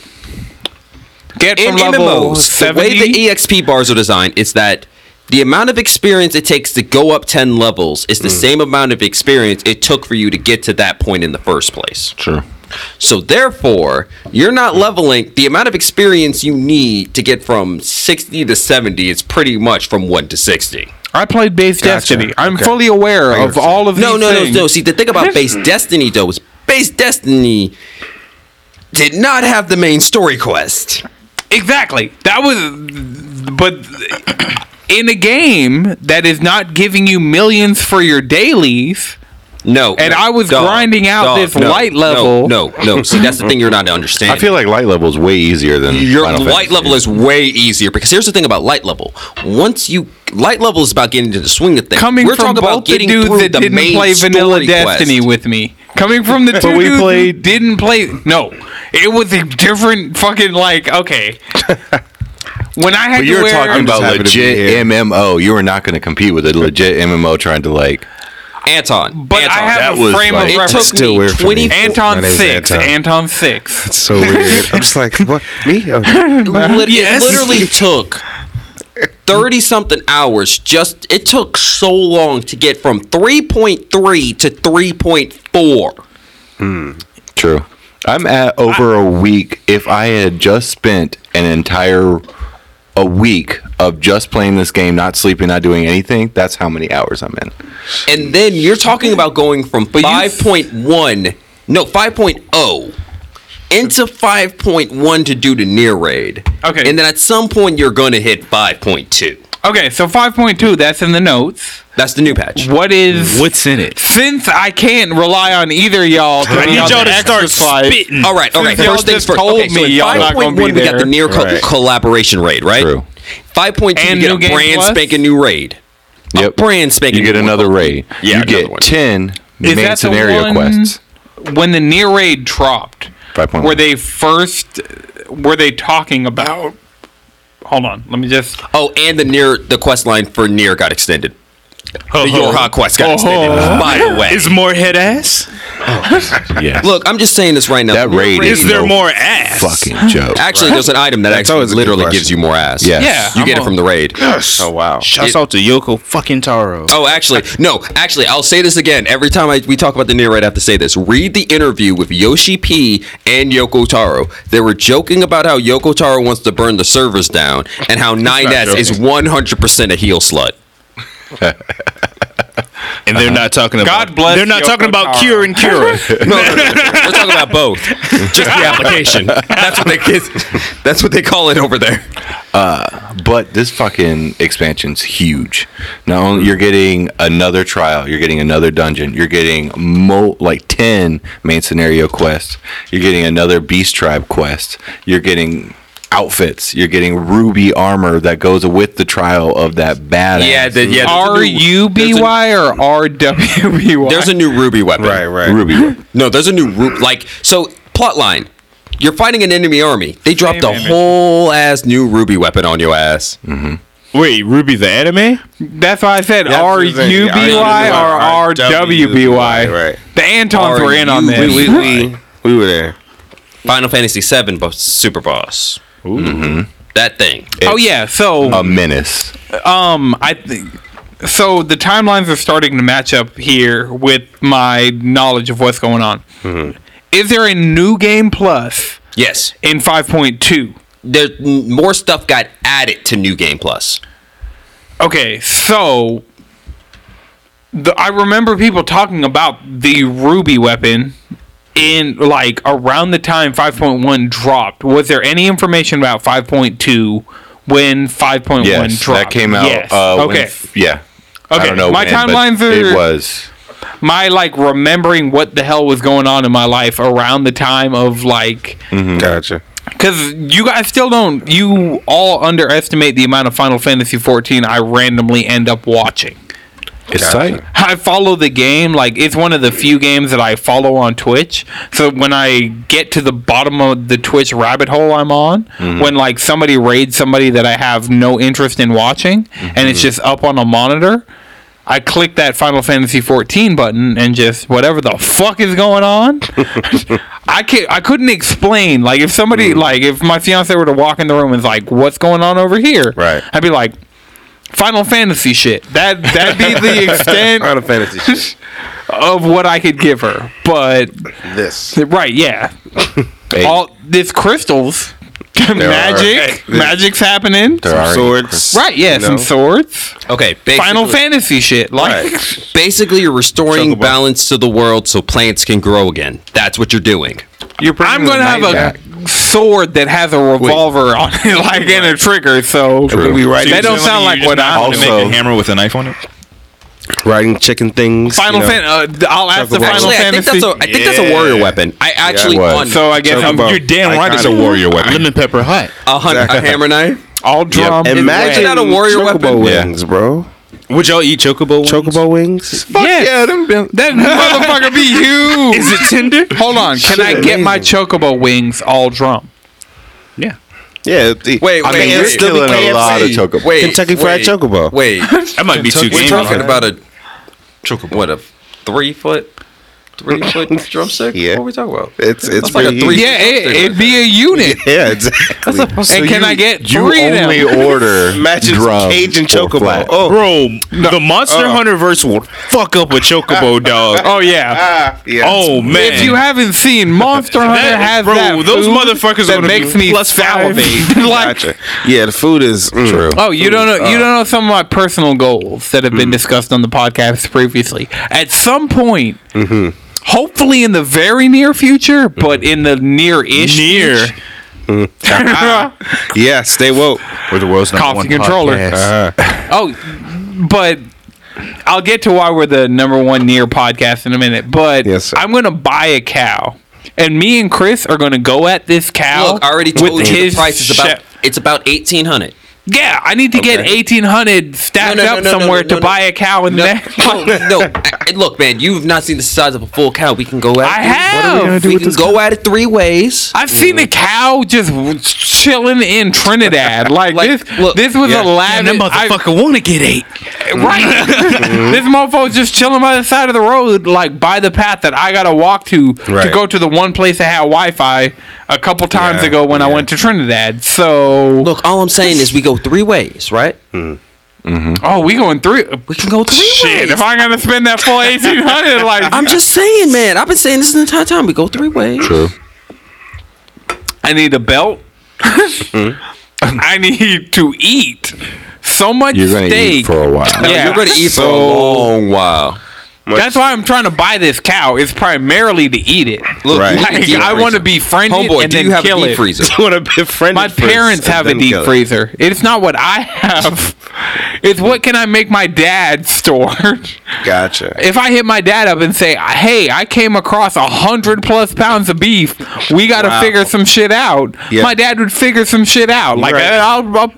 B: Get
D: in
B: from level
D: MMOs, the way
B: 70.
D: the EXP bars are designed is that the amount of experience it takes to go up 10 levels is the
B: Hmm.
D: same amount of experience it took for you to get to that point in the first place.
G: Sure.
D: So therefore, you're not leveling the amount of experience you need to get from 60 to 70 is pretty much from 1 to 60.
B: I played base Destiny. I'm fully aware of all of these
D: No, no, no,
B: things.
D: no. See, the thing about Base Destiny though is Base Destiny did not have the main story quest.
B: Exactly. That was, but in a game that is not giving you millions for your dailies,
D: No.
B: And
D: no,
B: I was grinding out this light
D: no,
B: level.
D: No, no, no. See, that's the thing you're not understanding.
G: I feel like light level is way easier than
D: your
G: Final
D: light
G: Fantasy.
D: level is way easier because here's the thing about light level. Once you light level is about getting into the swing of things.
B: coming
D: We're
B: from
D: talking
B: both
D: about
B: the
D: getting
B: dudes
D: through
B: that
D: the
B: didn't
D: main
B: play Vanilla
D: story quest.
B: Destiny with me, coming from the two
G: we
B: dudes who
G: played-
B: didn't play. No, it was a different fucking like. Okay, when I had
G: But
B: to
G: you're
B: wear,
G: talking
C: just
G: about
C: happy to be
G: legit
C: here.
G: MMO. You are not going to compete with a legit MMO trying to like
D: Anton.
B: But
D: Anton.
B: I have
A: that
B: a
A: was
B: frame
A: like-
B: of
D: it
B: reference.
D: took
C: Still
D: me
C: weird for me.
D: 20
C: My
B: Anton
C: name's
B: six.
C: Anton.
B: Anton six.
C: It's so weird. I'm just like, what? Me? Oh, Okay.
D: Lit- It literally took 30 something hours. Just it took so long to get from 3.3 to 3.4.
G: True. I'm at over a week. If I had just spent an entire a week of just playing this game, not sleeping, not doing anything, that's how many hours I'm in.
D: And then you're talking about going from 5.1, no, 5.0 into 5.1 to do the near raid.
B: Okay.
D: And then at some point, you're going to hit 5.2.
B: Okay, so five point two. That's in the notes.
D: That's the new patch.
B: What is
J: What's in it?
B: since I can't rely on either y'all to be on the extra slide.
D: All right, all right.
B: y'all
D: First things
B: just
D: first.
B: told
D: Okay, so
B: me
D: in
B: y'all not gonna
D: 5.1,
B: be
D: we got the
B: there.
D: near co- collaboration raid, right?
G: True.
D: 5.2,
B: And
D: you
B: New
D: get a
B: Game
D: brand
B: Plus?
D: spanking new raid.
G: Yep.
D: A brand spanking
G: You get
D: new
G: another
D: one.
G: raid.
D: Yeah,
G: you
D: another
G: get
D: one.
G: 10
B: Is
G: main
B: that the
G: scenario
B: one
G: quests.
B: when the near raid dropped?
G: 5.1.
B: Were they first? Were they talking about? Hold on, let me just.
D: Oh, and the near the quest line for near got extended. The
B: Uh-huh.
D: Yorha quest got extended. By the way,
J: Is more head ass?
D: look, I'm just saying this right now.
G: That
D: Near
G: raid
J: Is there
G: No
J: more ass?
G: Fucking joke.
D: Actually, there's an item that actually
C: always a good
D: literally
C: question.
D: gives you more ass.
G: Yes.
B: Yeah.
D: you get it from the raid.
C: Oh wow.
J: Shouts out to Yoko fucking Taro.
D: Oh, actually, no. Actually, I'll say this again. Every time I, we talk about the near raid, I have to say this. Read the interview with Yoshi P and Yoko Taro. They were joking about how Yoko Taro wants to burn the servers down and how 9S is 100% a heel slut.
J: And they're not talking about
B: God bless
J: They're not
B: Yoko
J: talking about
B: Taro.
J: Cure and Cura.
D: No, no, no, no, no. We're talking about both. Just the application. That's what they kids, that's what they call it over there.
G: But this fucking expansion's huge. Not only you're getting another trial, you're getting another dungeon, you're getting mo like ten main scenario quests, you're getting another beast tribe quest, you're getting outfits, you're getting ruby armor that goes with the trial of that badass.
D: Yeah, the, yeah.
B: R U B Y or R W B Y?
D: There's a new ruby weapon.
C: Right, right.
G: ruby.
D: No, there's a new ru- like so plot line. You're fighting an enemy army. They dropped a whole ass new ruby weapon on your ass.
J: Wait, Ruby the anime?
B: That's why I said R U B Y or R W B Y.
C: R-W-B-Y, right.
B: The Antons were in on
C: We,
B: this.
C: we, we, we were there.
D: Final Fantasy VII bo- Super Boss. Mm-hmm. That thing.
B: Oh yeah, so
G: A menace.
B: um, I think so. The timelines are starting to match up here with my knowledge of what's going on. Is there a new game plus
D: Yes.
B: in five point two?
D: There n- more stuff got added to New Game Plus.
B: Okay, so the, I remember people talking about the ruby weapon in like around the time 5.1 dropped. Was there any information about 5.2 when 5.1
G: Yes,
B: dropped?
G: that came out.
B: Yes.
G: Uh, when
B: okay.
G: f- yeah. I
B: Okay,
G: don't know.
B: my
G: when, but
B: timelines are-
G: It was.
B: my like remembering what the hell was going on in my life around the time of like
C: Gotcha.
B: because you guys still don't you all underestimate the amount of Final Fantasy 14 I randomly end up watching.
G: It's tight.
B: I follow the game. Like it's one of the few games that I follow on Twitch. So when I get to the bottom of the Twitch rabbit hole I'm on, when like somebody raids somebody that I have no interest in watching, and it's just up on a monitor, I click that Final Fantasy 14 button and just whatever the fuck is going on. I can I couldn't explain. Like if somebody like if my fiance were to walk in the room and was like, "What's going on over here?"
C: Right.
B: I'd be like. Final Fantasy shit. That that'd be the extent
C: Final Fantasy shit.
B: of what I could give her. But
C: This.
B: right, yeah.
G: Hey,
B: All this crystals, magic, magic's happening.
G: there are-
C: Swords.
B: Right, yeah,
C: No.
B: some swords.
D: Okay. Basically,
B: Final Fantasy shit. Like
D: Basically, you're restoring balance to the world so plants can grow again. That's what you're doing.
B: you're I'm gonna have a sword that has a revolver on it, like and a trigger, so
C: We right.
B: that don't sound like what I
A: also
B: also
A: make a hammer with a knife on it.
C: Riding chicken things.
B: Final
C: you know.
B: Fantasy. Uh, I'll ask the Final
D: actually,
B: Fantasy.
D: I think that's a, I think that's a warrior weapon. I actually
G: was.
D: won
B: so I guess
C: Chocobo.
B: I'm,
A: You're damn right. It's a
C: Iconic.
A: warrior weapon.
J: Lemon pepper hot.
D: a, hun- a hammer knife.
B: all drum.
C: Imagine
D: not um, a warrior
C: chocobo
D: weapon.
G: Yeah.
C: wings, bro.
J: Would y'all eat chocobo? ones?
C: Chocobo wings. Fuck
B: yeah, that motherfucker be huge.
J: Is it tender?
B: Hold on, can I
C: Shit.
B: get my chocobo wings all drum?
C: yeah.
D: Wait,
G: I
D: wait,
G: mean, you're
D: wait,
G: killing a lot of
D: KFC.
G: chocobo.
D: Wait,
C: Kentucky Fried
D: wait,
C: Chocobo.
D: Wait,
J: That might be too
D: we're
J: gamey.
D: talking about a
A: Chocobo.
D: what a three foot, three foot drumstick.
C: Yeah.
D: What are we talking about?
C: It's it's
D: That's like a
C: pretty
D: three-
C: huge.
B: Yeah, it, it'd be a unit.
C: Yeah, exactly.
B: and can I get
G: You
B: three of them?
G: only order
C: Imagine
G: drums
C: Cajun
G: for
C: chocobo.
G: flat.
C: Oh,
J: Bro, the Monster Hunter verse will fuck up a chocobo dog.
B: Oh yeah.
C: ah, yeah.
J: Oh man.
B: If you haven't seen Monster Hunter,
J: That-
B: have
J: bro,
B: that
J: those
B: food
J: motherfuckers are
B: that
J: gonna
B: makes
J: be
B: me
J: plus
B: five-
J: salivate.
B: like,
C: Gotcha. Yeah, the food is mm. true.
B: Oh, you don't know. You don't know some of my personal goals that have been discussed on the podcast previously. At some point, hopefully in the very near future, but in the near-ish
J: Near.
B: future,
C: Yeah, stay woke.
E: We're the world's number
B: Coffee
E: one
B: controller.
E: podcast.
B: Oh, but I'll get to why we're the number one near podcast in a minute. But
C: Yes, sir.
B: I'm gonna buy a cow, and me and Chris are gonna go at this cow.
D: Look, I already told
B: with
D: you
B: his
D: the price is about.
B: chef-
D: It's about eighteen hundred.
B: Yeah, I need to get
D: Okay.
B: 1800 stacked
D: No, no, no,
B: up
D: no, no,
B: somewhere
D: no,
B: to
D: no.
B: buy a cow in the
D: No,
B: next.
D: no, no. I- I- look, man, you've not seen the size of a full cow. We can go at.
B: I
D: it.
B: have.
D: We can go at it three ways.
B: I've seen a cow just w- chilling in Trinidad. Like,
D: Like,
B: this,
D: look,
B: this was a
D: yeah.
B: lavish. I-
J: wanna get eight.
B: right, this mofo just chilling by the side of the road, like by the path that I gotta walk to to
C: Right.
B: go to the one place that had Wi-Fi a couple times ago when I went to Trinidad. So,
D: Look, all I'm saying is we go three ways, right?
B: oh, we going three.
D: We can go three
B: Shit,
D: ways.
B: if I'm gonna spend that full eighteen hundred, like
D: I'm just saying, man. I've been saying this the entire time. We go three ways.
B: I need a belt. I need to eat so much
G: You're gonna
B: steak.
G: eat for a while.
B: yeah.
D: You're gonna eat for a long while.
B: That's why I'm trying to buy this cow. It's primarily to eat it.
D: Look,
C: Right.
D: you need a
B: Like,
D: deep
B: I
D: freezer.
B: want to befriend it
D: Homeboy,
B: and
D: do
B: then
D: you have a
B: kill
D: deep
B: it.
D: freezer?
C: You want to befriend
B: My
C: it first
B: parents
C: and
B: have a
C: then
B: deep
C: kill it.
B: freezer. It's not what I have. It's what can I make my dad store?
C: Gotcha.
B: if I hit my dad up and say, "Hey, I came across a hundred plus pounds of beef. We got to figure some shit out."
C: Yeah.
B: My dad would figure some shit out. Like
C: Right.
B: eh, I'll, I'll,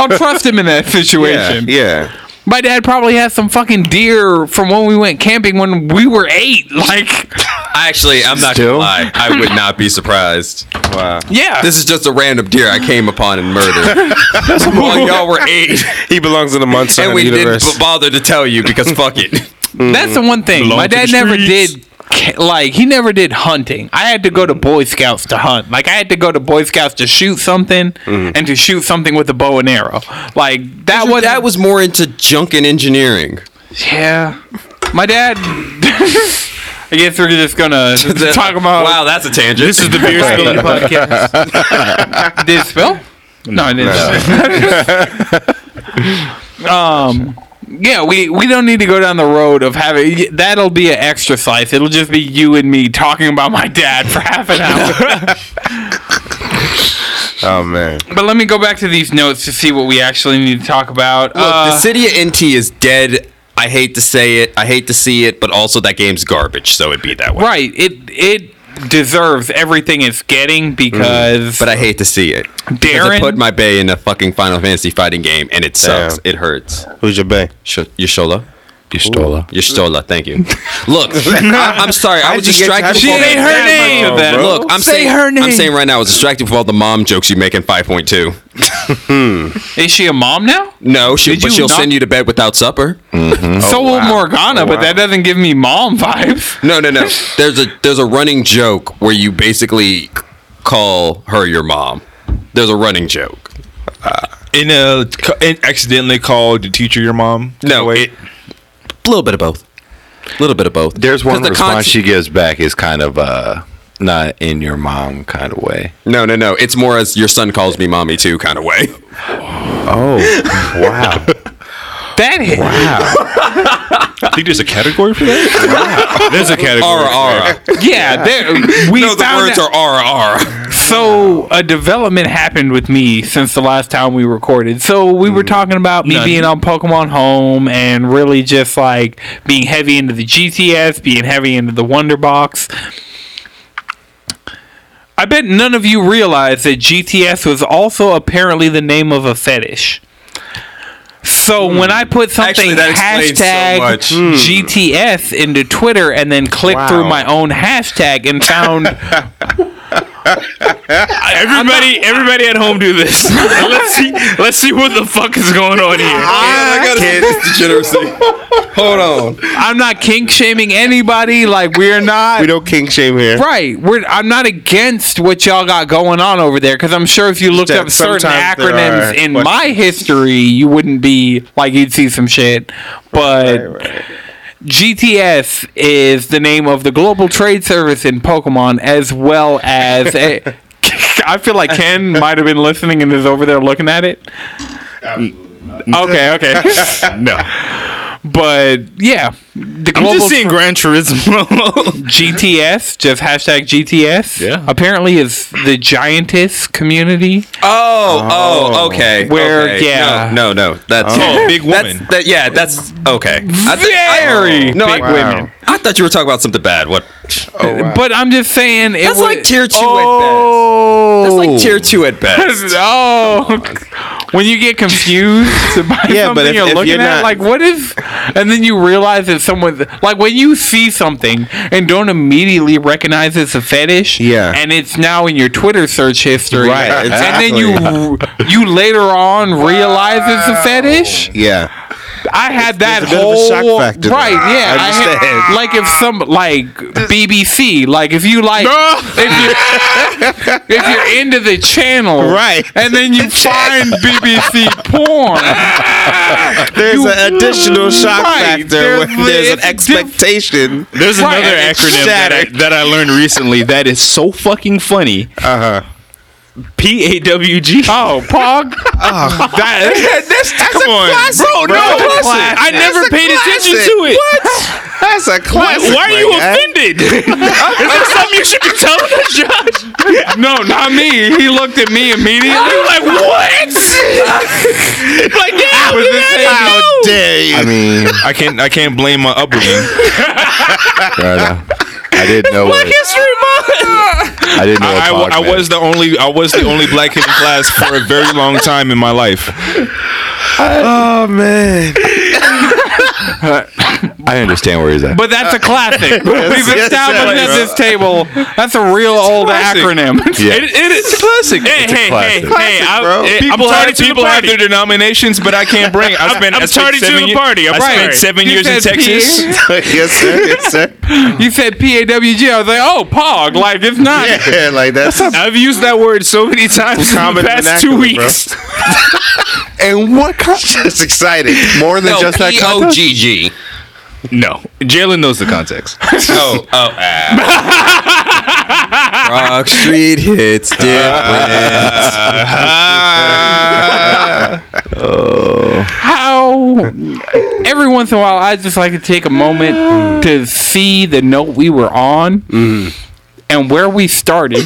B: I'll trust him in that
C: Yeah,
B: situation.
C: yeah.
B: My dad probably has some fucking deer from when we went camping when we were eight. Like,
D: Actually, I'm not gonna
G: Still?
D: lie. I would not be surprised.
B: yeah.
D: This is just a random deer I came upon and murdered. While y'all were eight,
C: He belongs in the Monster
D: and we didn't
C: universe.
D: b- bother to tell you because fuck it.
B: That's the one thing. My dad never did ca- like he never did hunting. I had to go to Boy Scouts to hunt. Like I had to go to Boy Scouts to shoot something and to shoot something with a bow and arrow. Like that was
D: that was more into junk and engineering.
B: yeah. My dad. I guess we're just gonna talk about
D: wow, that's a tangent.
J: This is the beer spilling podcast.
B: Did it spill? No, I didn't. um. Yeah, we, we don't need to go down the road of having that'll be an extra slice. It'll just be you and me talking about my dad for half an hour.
C: Oh man.
B: but let me go back to these notes to see what we actually need to talk about.
D: Look,
B: Uh,
D: the city of NT is dead. I hate to say it. I hate to see it, but also that game's garbage, so it'd be that way.
B: right, it it deserves everything it's getting because
D: Mm. But I hate to see it. Because I
B: Darren-
D: put my bay in a fucking Final Fantasy fighting game, and it sucks.
C: Damn.
D: It hurts.
C: Who's your bae?
D: Sh- Yashola?
G: Pistola.
D: Yashola, thank you. Look, I, am sorry. I was
C: you get- how'd
D: distracted.
C: you
D: from all
C: get
D: the-
C: that
B: name
C: much,
B: then.
C: bro?
D: Look, I'm
B: Say
D: saying
B: her name.
D: I'm saying right now, I was distracted with all the mom jokes you make in 5.2.
B: is she a mom now?
D: No, she,
B: Did
D: but
B: you
D: she'll
B: not-
D: send you to bed without supper.
B: so will Morgana, but that doesn't give me mom vibes.
D: No, no, no. There's a there's a running joke where you basically call her your mom. There's a running joke.
A: In a, in accidentally called the teacher your mom.
D: No, it, a little bit of both. A little bit of both.
G: There's one
D: 'Cause the
G: response
D: con-
G: she gives back is kind of uh not in your mom kind of way.
D: no, no, no. It's more as your son calls me mommy too kind of way.
C: Oh, wow.
B: That hit.
A: I think there's a category for that.
E: There's a category.
D: Ara ara.
B: Yeah, there, we
D: no, the
B: found
D: words
B: out-
D: are ara ara.
B: So a development happened with me since the last time we recorded. So we
D: Hmm.
B: were talking about me being on Pokemon Home and really just like being heavy into the GTS, being heavy into the Wonder Box. I bet none of you realize that GTS was also apparently the name of a fetish. So when I put something
D: Hmm. Actually, that explains so
B: hashtag
D: much.
B: GTS into Twitter and then clicked through my own hashtag and found
J: Everybody, everybody at home, do this. let's see, let's see what the fuck is going on here.
C: I got degeneracy. Hold on.
B: I'm not kink shaming anybody. Like we're not.
C: We don't king shame here.
B: Right, we're. I'm not against what y'all got going on over there because I'm sure if you looked
C: Yeah,
B: up certain
C: sometimes there
B: acronyms
C: are
B: in
C: questions.
B: my history, you wouldn't be like you'd see some shit. But GTS is the name of the Global Trade Service in Pokemon, as well as. A, I feel like Ken might have been listening and is over there looking at it. Okay, okay,
J: No,
B: but yeah, the
J: I'm
B: Global
J: just seeing Gran Turismo.
B: GTS, just hashtag GTS.
J: Yeah.
B: Apparently, is the giantess community.
D: Oh, oh, okay.
B: Where-
D: okay.
B: yeah.
D: No, no, no. That's
A: Oh, big woman.
D: That's, that, yeah, that's okay. I, th-
B: Very
D: I, no,
B: big
D: I,
B: women.
D: I thought you were talking about something bad. What?
C: Oh,
B: But I'm just saying it
D: That's
B: would,
D: like tier two
B: Oh,
D: at best. That's like tier two at best.
B: Oh, when you get confused by
C: Yeah,
B: something
C: but if-
B: you're
C: if
B: looking
C: you're
B: at,
C: not-
B: like what if, and then you realize that someone, like when you see something and don't immediately recognize it's a fetish,
C: Yeah.
B: and it's now in your Twitter search history,
C: Right,
B: and then you you later on realize it's a fetish.
C: Yeah.
B: I had that
C: there's a bit of
B: whole
C: a shock factor there.
B: right, yeah. I
C: I
B: had-
C: understand.
B: like if some like BBC, like if you like if you're if you're into the channel,
C: Right.
B: and then you find BBC porn,
C: There's
B: You-
C: an additional shock
B: Right,
C: factor
B: there's-
C: where there's an
B: it's diff-
C: expectation.
J: There's
B: Right.
J: another acronym that I,
C: Shattered.
J: that I learned recently that is so fucking funny.
C: Uh huh.
J: P A W G.
B: oh pog,
C: Come on, bro. No,
J: I never paid attention to it.
C: That's a
J: Why,
C: classic.
J: why are
C: my
J: you
C: guy.
J: offended? Is there something you should be telling us, Josh?
B: no, not me. He looked at me immediately.
J: You're like, what? like, yeah, we gotta
C: How
J: go.
C: dare you?
G: I mean,
A: I can't. I can't blame my upbringing.
G: I, I didn't know what. I didn't know.
A: I, I,
G: what
A: I
G: Pog
A: was the only. I was the only black kid in class for a very long time in my life.
C: oh man.
G: meant. I understand where he's at.
B: But that's a classic. We've
C: yes,
B: established
C: yes.
B: at this table that's a real old acronym.
G: yeah.
J: It is classic. Hey, hey,
G: classic.
J: hey,
G: Classic,
J: hey, I'm,
C: bro.
J: eh, I'm
A: People,
J: tardy
A: have,
J: to the
A: people have
J: party.
A: their denominations, but I can't bring. it. I spent.
J: I'm
A: I spent
J: tardy to
A: seven
J: the
A: ye-
J: party. I'm
A: I
J: sorry.
A: spent seven
B: You
A: years in
B: said
A: Texas.
B: Pierre?
C: yes sir. Yes sir.
B: You said P A W G. I was like, oh pog, like it's not.
C: Yeah, like that's a
J: I've used that word so many times in the
C: Common
J: past two
C: vernacular, bro.
J: weeks.
G: and what? Con-
C: just excited.
G: more than
D: No,
G: just that.
D: P
G: Con-
D: O G G.
J: No, Jalen knows the context.
D: Oh, oh. ah. Rock Street hits different.
B: how every once in a while I just like to take a moment to see the note we were on and where we started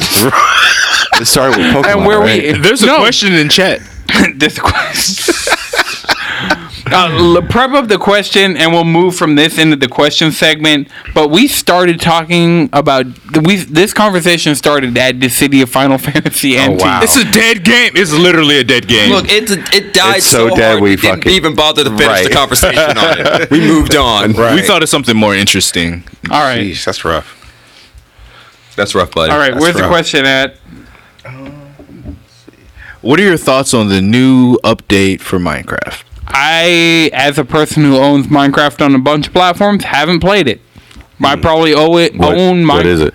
G: It started with Pokemon.
B: and where we
J: There's a
B: no,
J: question in chat.
B: this question. Uh, l- prep up the question, and we'll move from this into the question segment. But we started talking about we. This conversation started at the city of Final Fantasy. Oh wow!
J: It's a dead game. It's literally a dead game.
D: Look, it it died
G: It's so
D: so,
G: dead
D: hard
G: we
D: didn't
G: fucking-
D: even bother to finish the
G: Right.
D: conversation on it. We moved on.
C: Right.
J: we thought of something more interesting.
B: All right,
C: Jeez, that's rough.
D: That's rough, buddy.
B: all right. Where's the
C: rough.
B: question at?
J: What are your thoughts on the new update for Minecraft?
B: I, as a person who owns Minecraft on a bunch of platforms, haven't played it. I probably owe it
G: Hmm. What,
B: own my.
G: what is it?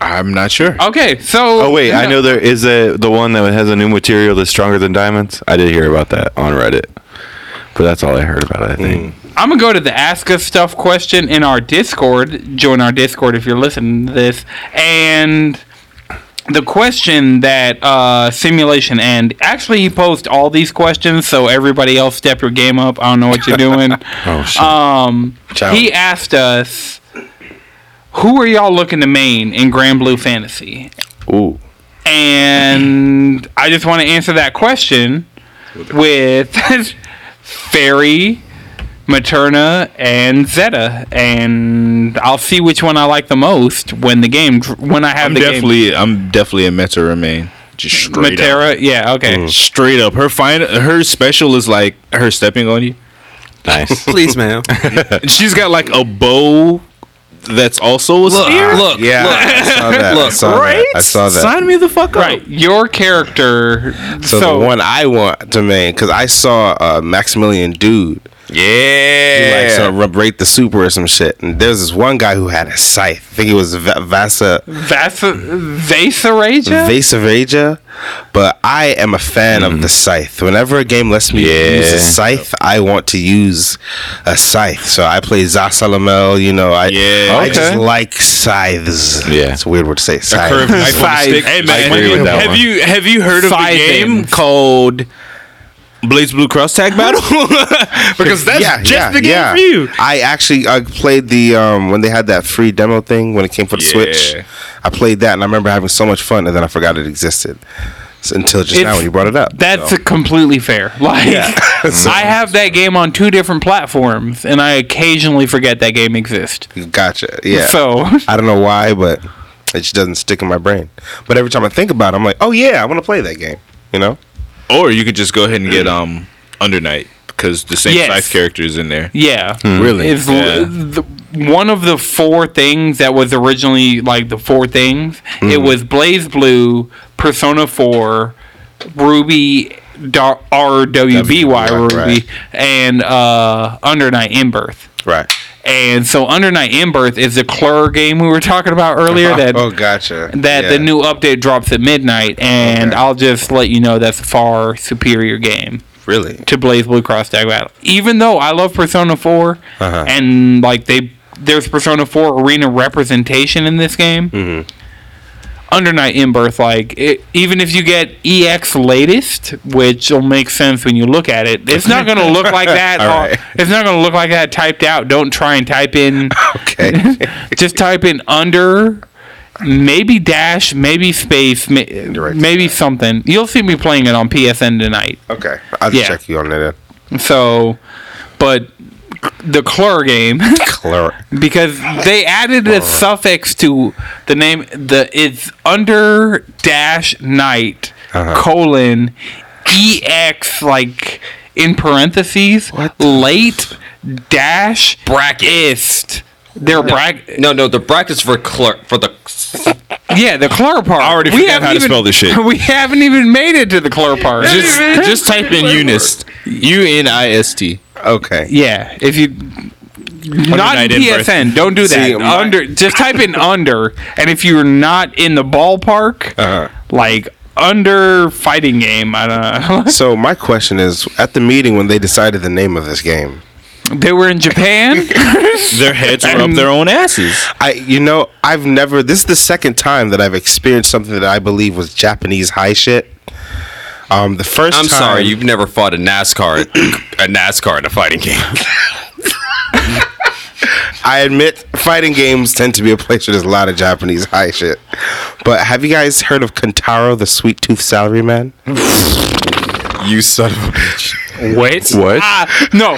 J: I'm not sure.
B: Okay, so
G: Oh wait, I know there is a the one that has a new material that's stronger than diamonds. I did hear about that on Reddit, but that's all I heard about it. I
A: Mm.
G: think.
B: I'm gonna go to the ask us stuff question in our Discord. Join our Discord if you're listening to this. And the question that uh, simulation and actually he posed all these questions, so everybody else step your game up. I don't know what you're doing.
G: Oh shit!
B: Um,
C: Challenge.
B: he asked us, "Who are y'all looking to main in Grand Blue Fantasy?"
G: Ooh,
B: And I just want to answer that question with Fairy, Materna, and Zeta, and I'll see which one I like the most when the game dr- when I have
J: I'm
B: the
J: definitely, I'm definitely a Meta Remain. Just
B: game.
J: straight up.
B: Matera, yeah, okay.
E: Mm.
J: Straight up, her fine, her special is like her stepping on you.
G: nice.
D: Please, ma'am.
J: She's got like a bow that's also a spear?
D: Look,
C: Yeah, I saw that. I
D: Look,
C: saw
J: right?
C: that. I saw that.
J: Sign me the fuck up.
I: Right, your character.
C: So,
I: So,
C: the one I want to main because I saw uh, Maximilian Dude. Yeah, he likes to rub- rate the super or some shit. And there's this one guy who had a scythe. I think it was Va- Vasa
I: that's Vasaraja.
C: Vasaveja, but I am a fan of
J: Mm.
C: the scythe. Whenever a game lets me use a scythe, I want to use a scythe. So I play Zasalamel. You know, I I just like scythes.
G: Yeah.
C: it's a weird word to say.
A: Curved
C: Scythe.
A: knife on a stick.
J: Hey man,
G: agree with that
J: have
G: one.
J: you have you heard of the game called Blaze Blue Cross Tag Battle? because that's just the game for you.
C: I actually I played the um when they had that free demo thing when it came for the Switch. I played that and I remember having so much fun and then I forgot it existed. So- until just
B: If
C: now when you brought it up.
B: That's completely fair. Like, I have that game on two different platforms, and I occasionally forget that game exists.
C: gotcha. Yeah.
B: So,
C: I don't know why, but it just doesn't stick in my brain. But every time I think about it, I'm like, oh yeah, I want to play that game. You know?
J: Or you could just go ahead and get um Under Night because the same
B: Yes.
J: five characters in there.
B: yeah.
C: Hmm. Really?
B: It's l- the, one of the four things that was originally like the four things. It
C: Hmm.
B: was Blaze Blue, Persona 4, Ruby Dar- RWBY Ruby,
C: right.
B: and uh, Under Night in Birth.
C: right.
B: And so Under Night in Birth is the Clur game we were talking about earlier that
C: oh, gotcha.
B: that
C: Yeah.
B: the new update drops at midnight and
C: Okay.
B: I'll just let you know that's a far superior game
C: really
B: to Blaze Blue Cross Tag Battle. Even though I love Persona 4
C: Uh-huh.
B: and like they there's Persona 4 arena representation in this game.
C: Mm-hmm.
B: Under Night in Birth, like it, even if you get EX latest, which will make sense when you look at it, it's not going to look like that.
C: All
B: on-
C: right.
B: It's not going to look like that typed out. Don't try and type in.
C: okay.
B: just type in under, maybe dash, maybe space, ma- maybe something. You'll see me playing it on PSN tonight.
C: okay. I'll just
B: Yeah.
C: check you on that.
B: So, but the Clur game
C: Clara.
B: because they added a suffix to the name. The it's under dash night colon ex like in parentheses late dash bracketist. They're bracket.
D: No, no, the brackets for clerk for the
B: Yeah, the Clur part. I
A: already forgot how to spell this shit.
B: We haven't even made it to the Clur part.
J: Just just type in Unist. U N I S T.
C: Okay.
B: Yeah, if you not in
J: night in birth.
B: PSN, don't do that.
C: See, my-
B: under, just type in under, and if you're not in the ballpark,
C: Uh-huh.
B: like under fighting game, I don't
C: So my question is, at the meeting when they decided the name of this game,
B: know. they were in Japan.
J: Their heads were up their own asses.
C: I you know I've never this is the second time that I've experienced something that I believe was Japanese high shit. Um, the 1st
D: I'm
C: time,
D: sorry, you've never fought a NASCAR a NASCAR in a fighting game.
C: I admit fighting games tend to be a place where there's a lot of Japanese high shit. But have you guys heard of Kentaro, the sweet tooth salaryman?
D: You son of a bitch.
G: What?
B: ah, no,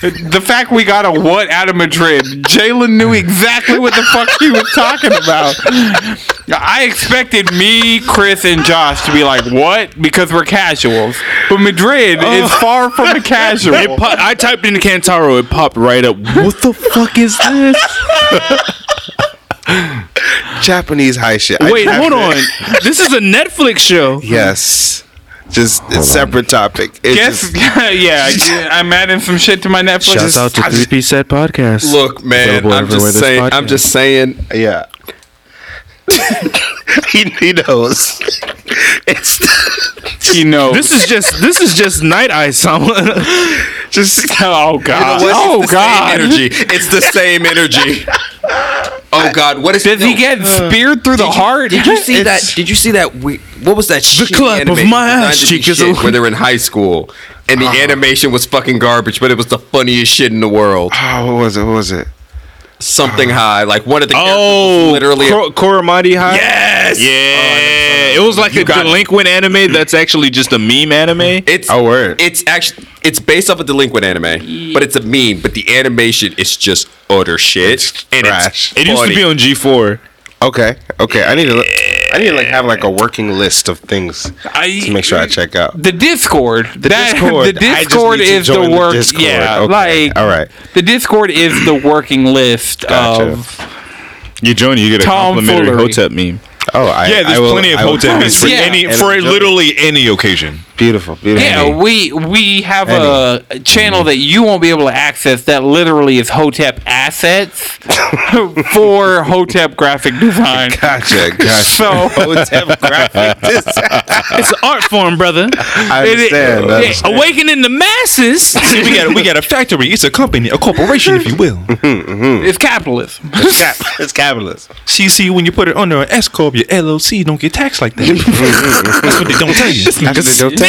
B: the fact we got a what out of Madrid, Jalen knew exactly what the fuck he was talking about. I expected me, Chris, and Josh to be like, "What?" because we're casuals, but Madrid is
D: Oh.
B: far from a casual.
J: It po- I typed in Kantaro, it popped right up. What the fuck is this?
C: Japanese high shit. I
J: Wait,
C: have
J: hold
C: to-
J: on. This is a Netflix show.
C: Yes. Just it's separate topic. It's
B: Guess
C: just-
B: yeah, yeah, I'm adding some shit to my Netflix.
C: out to Three
J: Piece Set Podcast.
D: Look, man, I'm just saying I'm just saying
C: yeah. he, he knows. It's
B: you know.
J: This is just this is just Night Eye Sama.
C: just
B: oh god.
D: oh
B: God.
D: energy. It's the same energy. Oh God! What is?
B: Does he
D: no.
B: get speared through the heart?
D: Uh, Did you see that? Did you see that? We, what was that? The
J: clap of my ass cheek is Ah. a-
D: Where they're in high school, and the animation was fucking garbage, but it was the funniest shit in the world.
C: Oh, what was it? What was it?
D: Something high, like one of the characters was
J: Ah. Oh,
D: literally.
J: Kor- Koromati High.
D: yes.
J: Yeah, it was like a delinquent anime that's actually just a meme anime.
D: It's
C: Oh, word.
D: It's actually it's based off a delinquent anime, but it's a meme. But the animation is just utter shit, and
C: trash.
D: it's
J: It used to
D: funny.
J: be on G4.
C: Okay, okay. I need to. Look, I need to like have like a working list of things
B: I-
C: to make sure I check out.
B: The Discord. The
C: Discord.
B: The
C: I just
B: Discord
C: need to
B: is the
C: join the
B: work.
C: Discord.
B: yeah,
C: Okay,
B: like
C: all right.
B: The Discord is the working list
C: Gotcha.
B: of
E: You join, you get a
B: Tom
E: complimentary
B: Foolery.
E: hotep meme.
C: Oh, I,
A: Yeah, there's
C: I will-
A: plenty of
C: I will-
A: hotel meets for
B: Yeah.
A: any
C: And
A: for
C: enjoy it.
A: literally any occasion.
C: Beautiful, beautiful.
B: yeah. We we have a channel that you won't be able to access that literally is Hotep assets for Hotep graphic design.
C: Gotcha, gotcha.
B: So
C: Hotep graphic design.
J: It's an art form, brother.
C: I understand. I
B: yeah.
C: understand.
J: Awakening the masses.
A: See, we got a, we got a factory. It's a company, a corporation, if you will.
B: it's capitalism.
C: It's, cap- it's capitalism.
A: See, see, when you put it under an S corp, your LLC don't get taxed like that. That's what they don't tell you.
C: That's what they don't tell you.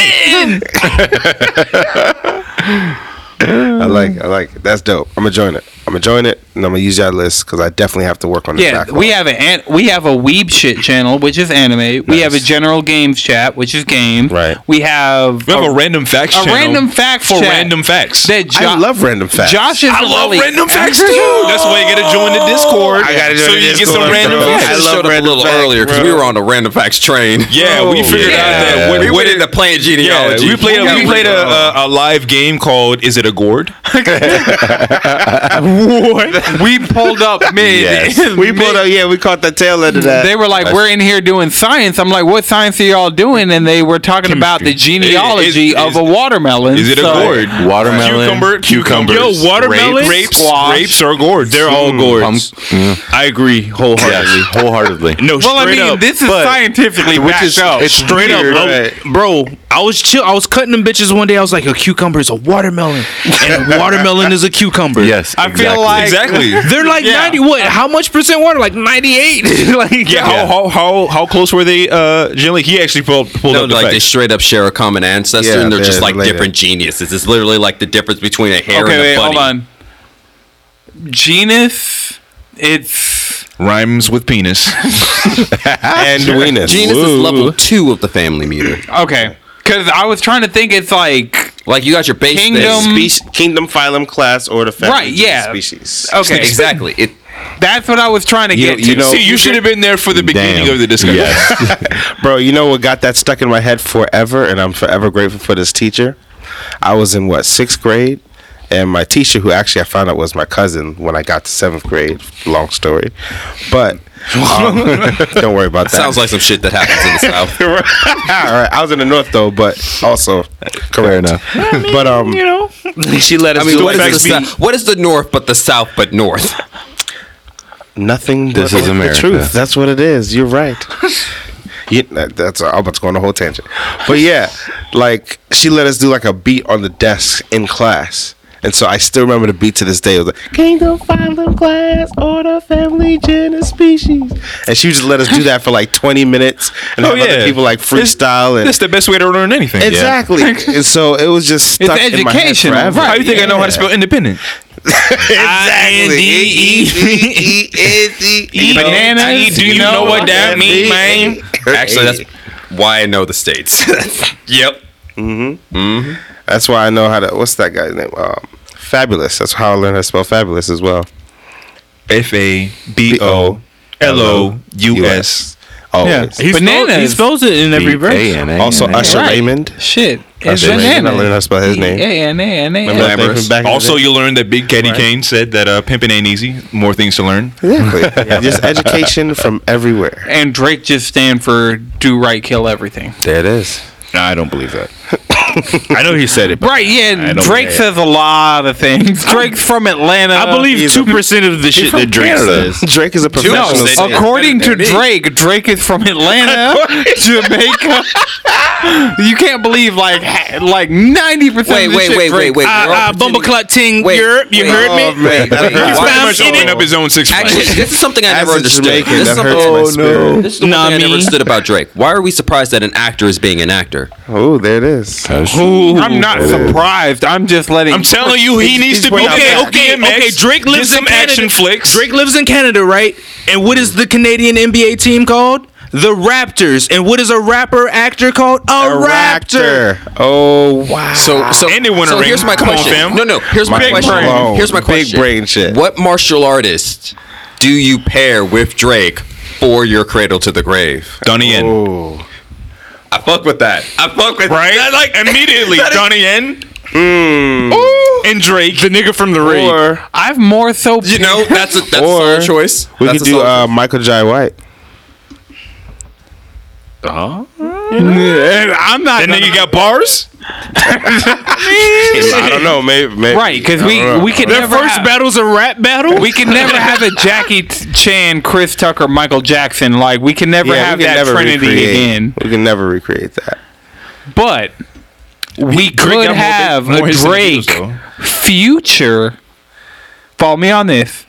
C: I like it. I like it. That's dope. I'm gonna join it. I'm gonna join it, and I'm gonna use that list because I definitely have to work on this.
B: Yeah,
C: backlog.
B: we have an, an we have a weeb shit channel which is anime. We have a general games chat which is game.
C: Right.
B: We have
A: We have a random facts
B: a
A: channel
B: random facts
A: for
B: chat.
A: random facts.
B: that jo-
C: I love random facts.
B: Josh is
A: I love
B: really-
A: random facts too. That's why you gotta join the Discord.
C: I gotta join
A: so
C: the
A: you can get
C: Discord,
A: some random
C: bro.
A: facts.
C: I
D: I
C: love
D: showed up a
C: random
D: little
C: facts,
D: earlier because we were on the random facts train.
A: Yeah, we figured out that when,
D: we
A: we
D: went into playing
A: yeah,
D: genealogy.
A: we played a, we played a, a, a live game called Is It a Gourd?
B: we pulled up mid.
C: We pulled up. Yeah, we caught the tail end of that.
B: They were like, "We're in here doing science." I'm like, "What science are y'all doing?" And they were talking about the genealogy
A: Is- is-
B: of a watermelon.
A: Is it a
B: so-
A: gourd?
G: Watermelon,
A: Cucumber, cucumbers.
J: Yo, watermelon?
A: grapes,
B: Squash.
A: grapes are gourds. Mm. They're all gourds.
E: I agree wholeheartedly.
G: Yes, wholeheartedly.
E: No,
J: Well, I
B: I
E: straight
B: mean,
E: up.
B: this is oh. scientifically backed up.
G: it's
E: straight up,
G: weird.
E: bro.
C: Right.
J: Bro, I was chill. I was cutting them bitches one day. I was like, a cucumber is a watermelon, and a watermelon is a cucumber.
G: Yes,
J: I feel
G: exactly.
J: like
A: Exactly. yeah.
J: they're like ninety. What? How much percent water? Like ninety eight. like
A: How, how how how close were they? Uh, generally, he actually pulled pulled
D: No,
A: up the
D: like they
A: facts.
D: straight up share a common ancestor,
C: Yeah,
D: and they're
C: they're
D: just like
C: related.
D: different geniuses. It's literally like the difference between a hare
B: Okay,
D: and a
B: wait,
D: bunny.
B: hold on. Genus, it's
A: Rhymes with penis.
C: and Weenus.
D: Genus is level two of the family meter.
B: okay. Because I was trying to think, it's like
D: Like you got your base thing.
B: Kingdom-
C: Spec- kingdom, phylum, class, or the family
B: Right,
C: genus,
B: yeah.
C: species.
B: okay,
D: Exactly. It,
B: That's what I was trying to get to.
A: See, you should have been there for the beginning of the discussion.
C: Bro, you know what got that stuck in my head forever, and I'm forever grateful for this teacher. I was in what sixth grade, and my teacher, who actually I found out was my cousin when I got to seventh grade. Long story, but um, don't worry about that.
D: sounds like some shit that happens in the south.
C: All right, I was in the north thoh, but also correct. enough. but um, you know, she let us
D: I mean,
C: do
D: what
C: it.
D: is, the, sou- what is the north but the south but north?
C: Nothing.
G: This
C: but
G: is America.
C: The truth. That's what it is. You're right. You- that- that's I'm about to go on a whole tangent, but yeah, like she let us do like a beat on the desk in class, and so I still remember the beat to this day. It was like Kingdom Phylum Class Order Family Genus Species, and she would just let us do that for like 20 minutes, and
A: Oh,
C: have other
A: yeah.
C: people like freestyle and
A: That's the best way to learn anything.
C: exactly. and so it was just
B: It's
C: stuck in my head
B: educational,
C: forever.
B: right.
A: How you think I know how to
C: Yeah.
A: spell E independent?
C: Exactly.
B: Bananas.
A: Do you know what that means, man?
D: Actually, that's why I know the states. yep.
C: That's why I know how to. What's that guy's name? Um, fabulous. That's how I learned how to spell fabulous as well.
A: F A B O L O U S.
C: Always.
J: he
B: Bananas.
J: Spells, he spells it in every verse.
G: A-N-A-N-A.
C: Also, Usher
B: Right.
C: Raymond.
B: Shit. It's
C: Usher Raymond. I learned how
B: banana.
C: to spell his name. Remember that thing from back in the
A: Also,
C: day?
A: you learned that Big Caddy Kane said that uh, pimping ain't easy. More things to learn.
C: exactly. Just education from everywhere.
B: And Drake just stand for do right, kill everything.
C: There it is.
E: Nah, I don't believe that. I know he said it. But
B: Right, yeah.
E: don't
B: Drake
E: get it.
B: says a lot of things. Drake's from Atlanta.
J: I believe
C: he's a-
J: two percent of the shit that Drake says.
C: Drake is a
B: No,
C: professional. singer.
B: according to Drake, Drake is from Atlanta, Jamaica. You can't believe like ha- like ninety percent.
D: Wait,
B: of the
D: wait,
B: shit
D: wait,
B: Drake-
D: wait, wait.
E: Ah,
J: Uh,
D: We're all
J: uh, Bumble
D: pretending-
J: Clot Ting
D: Wait,
J: Europe. You
D: wait. um,
J: heard me?
C: Oh, man.
D: Wait, wait,
A: He's
D: why-
A: pretty much
J: in
A: opening
J: it?
A: up his own six flags.
D: Actually, this is something I
C: As
D: never
C: a
D: understood.
C: Jamaican,
D: This is
C: that
D: something,
C: hurts my spirit.
D: This is the
J: Nah,
D: one thing I
J: me.
D: never understood about Drake. Why are we surprised that an actor is being an actor?
C: Oh, there it is.
B: I'm not surprised. I'm just letting.
A: I'm telling you, he needs to be
J: Okay,
A: okay.
J: okay,
A: DMX,
J: okay. Drake
A: get
J: lives
A: some
J: in Canada.
A: action flicks.
J: Drake lives in Canada, right? And what is the Canadian NBA team called? The Raptors. And what is a rapper actor called? A, raptor.
C: Oh wow.
D: So, so,
A: And they win a
D: so
A: ring.
D: here's my
A: Come on,
D: question.
A: fam.
D: No, no. Here's my,
C: Big
D: question.
C: brain.
D: Here's my
C: Big
D: question.
C: brain shit.
D: What martial artist do you pair with Drake for your cradle to the grave.
A: Donnie Yen.
D: I fuck with that. I fuck with
A: Right?
D: that. Like
A: Immediately,
D: that is-
A: Donnie Yen Mm. and Drake.
J: The nigga from the raid.
C: Or
B: I've more so.
D: you know, that's a that's a
C: Or
D: solid choice.
C: we
D: that's
C: could
D: a
C: do
D: solid
C: uh, Michael Jai White.
B: And I'm not.
A: That
B: gonna-
A: nigga got bars?
C: I don't know, maybe, maybe
B: Right, because we we can
J: Their
B: never
J: first
B: have,
J: battle's a rap battle.
B: we can never have a Jackie T- Chan, Chris Tucker, Michael Jackson. Like we can never
C: Yeah, we
B: have
C: can
B: that
C: never
B: trinity
C: recreate-
B: again.
C: We can never recreate that.
B: But we
A: got
B: could
A: more
B: have
A: hits- more
B: a
A: hits than
B: Drake
A: views, though.
B: future. Follow me on this.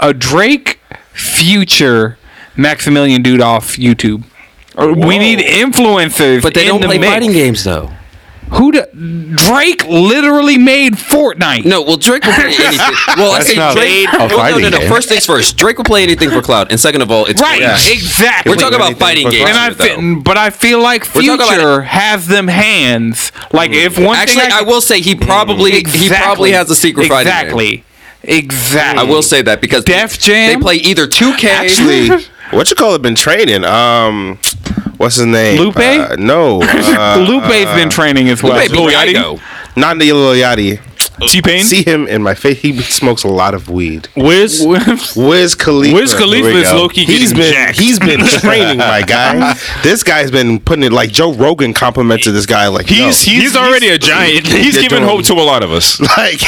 B: A Drake future Maximilian dude off YouTube. Or We need influencers.
D: But they
B: in
D: don't
B: the
D: play
B: mix.
D: fighting games though.
B: Who da- Drake literally made Fortnite.
D: No, well Drake will play anything. Well, I say
G: not
D: Drake.
G: a
D: Well, no, no,
G: fighting
D: no.
G: game.
D: First things first. Drake will play anything for cloud, and second of all, it's
B: Right,
D: Fortnite.
B: exactly.
D: We're talking about
C: anything
D: fighting
C: for
D: games.
B: and I
D: here, though.
B: fi- but I feel like
D: We're talking about
B: Future has them hands. Like if
C: Mm.
B: one
D: Actually,
B: thing
D: I Mm-hmm. will say he probably he probably has a secret
B: exactly.
D: fighting game.
B: Exactly.
D: I will say that because
B: Def
D: they
B: Jam?
D: play either 2K.
C: Actually, what you call it? Been training. Um, what's his name?
B: Lupe?
C: Uh, no, uh,
B: Lupe's been training as well.
D: Hey, Blue
A: Yachty?
D: Idaho.
C: not the little yachty.
A: T Pain?
C: See him in my face. He smokes a lot of weed.
J: Wiz,
C: Where's Khalifa?
J: Wiz Khalifa
G: Here we
J: is
G: go.
J: low key
C: He's
J: getting
C: been
J: jacked.
C: he's been training, my guy. This guy's been putting it like Joe Rogan complimented this guy like
A: He's,
C: yo.
A: he's
J: He's already a giant.
A: He's
C: They're
A: giving
C: doing-
A: hope to a lot of us.
C: like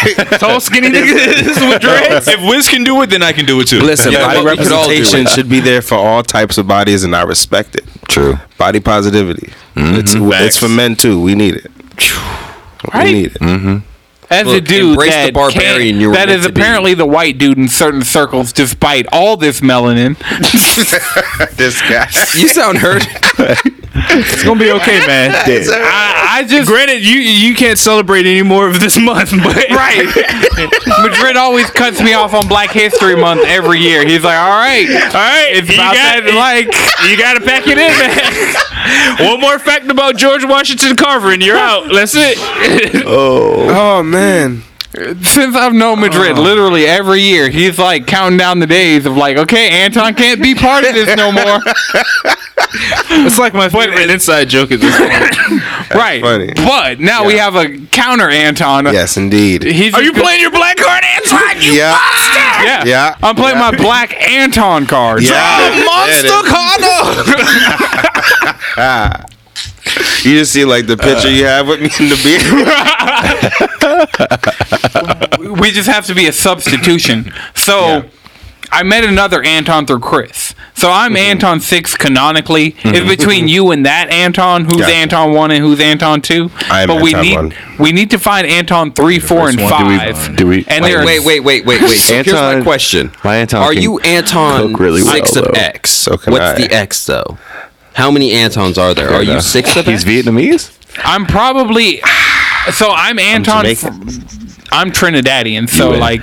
J: Tall skinny nigga is with dreads.
A: if Wiz can do it, then I can do it too.
D: Listen,
C: body
D: but we could all do
C: representation
D: it.
C: should be there for all types of bodies, and I respect it.
G: True.
C: Body positivity.
D: Mm-hmm.
C: It's it's for men too. We need it. We need it.
D: Mm-hmm.
B: As
D: Look,
B: a dude
D: embrace the
B: that,
D: barbarian
B: can't-
D: you were
B: that
D: meant
B: is
D: to be.
B: apparently the white dude in certain circles, despite all this melanin.
C: This guy.
D: You sound hurt.
B: It's gonna be okay, man. I, I just
J: Granted, you you can't celebrate any more of this month, but
B: right. Madrid always cuts me off on Black History Month every year. He's like, "All right,
J: All right,
B: it's
J: you
B: about
J: got,
B: that." Like,
J: you gotta pack it in, man. One more fact about George Washington Carver, and you're out. That's it.
C: Oh man.
B: since I've known Madrid,
J: Uh.
B: literally every year, he's like counting down the days of like, okay, Anton can't be part of this no more.
J: It's like my favorite inside joke at this point.
B: right.
C: funny.
B: But now we have a counter Anton.
C: Yes, indeed.
B: He's
J: Are you playing your black card, Anton? You
C: Yeah.
J: Ah!
B: Yeah.
C: Yeah.
B: I'm playing my black Anton card.
C: Yeah.
J: monster Cardo!
C: You just see like the picture you have with me in the beer.
B: We just have to be a substitution. So I met another Anton through Chris. So I'm Anton 6 canonically. It's between you and that Anton. Who's
C: Gotcha.
B: Anton 1 and who's Anton 2?
C: I am
B: but we
C: Anton
B: need
C: 1.
B: we need to find Anton 3, 4 and 5.
G: Do we?
B: And there are-
D: wait, wait, wait, wait, wait. So here's my
G: Anton-
D: question.
G: my Anton
D: Are
G: can
D: you Anton
G: cook really well,
D: six of
G: though.
D: X?
C: So can
D: What's
C: I.
D: the X though? How many Antons are there? Are you six of
G: He's
D: X?
G: Vietnamese.
B: I'm probably so I'm Anton. f-
C: Jamaican.
B: I'm, Trinidadian, so
G: You in.
B: like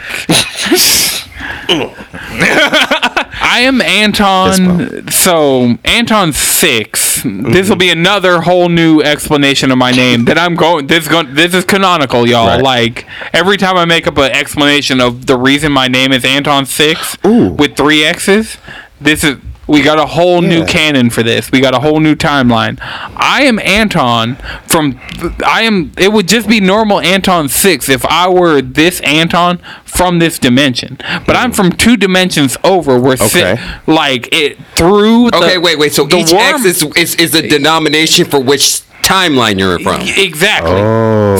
B: I am Anton. So Anton 6 This will be another whole new explanation of my name that I'm going. This going. This is canonical, y'all. all Like every time I make up an explanation of the reason my name is Anton Six with three X's, this is. We got a whole new canon for this. We got a whole new timeline. I am Anton from. I am. It would just be normal Anton six if I were this Anton from this dimension. But I'm from two dimensions over. Where okay.
C: Okay.
B: like it through.
D: Okay,
B: the-
D: wait, wait. So
B: the
D: each X
B: worm-
D: is, is is the denomination for which timeline you're from.
B: Exactly.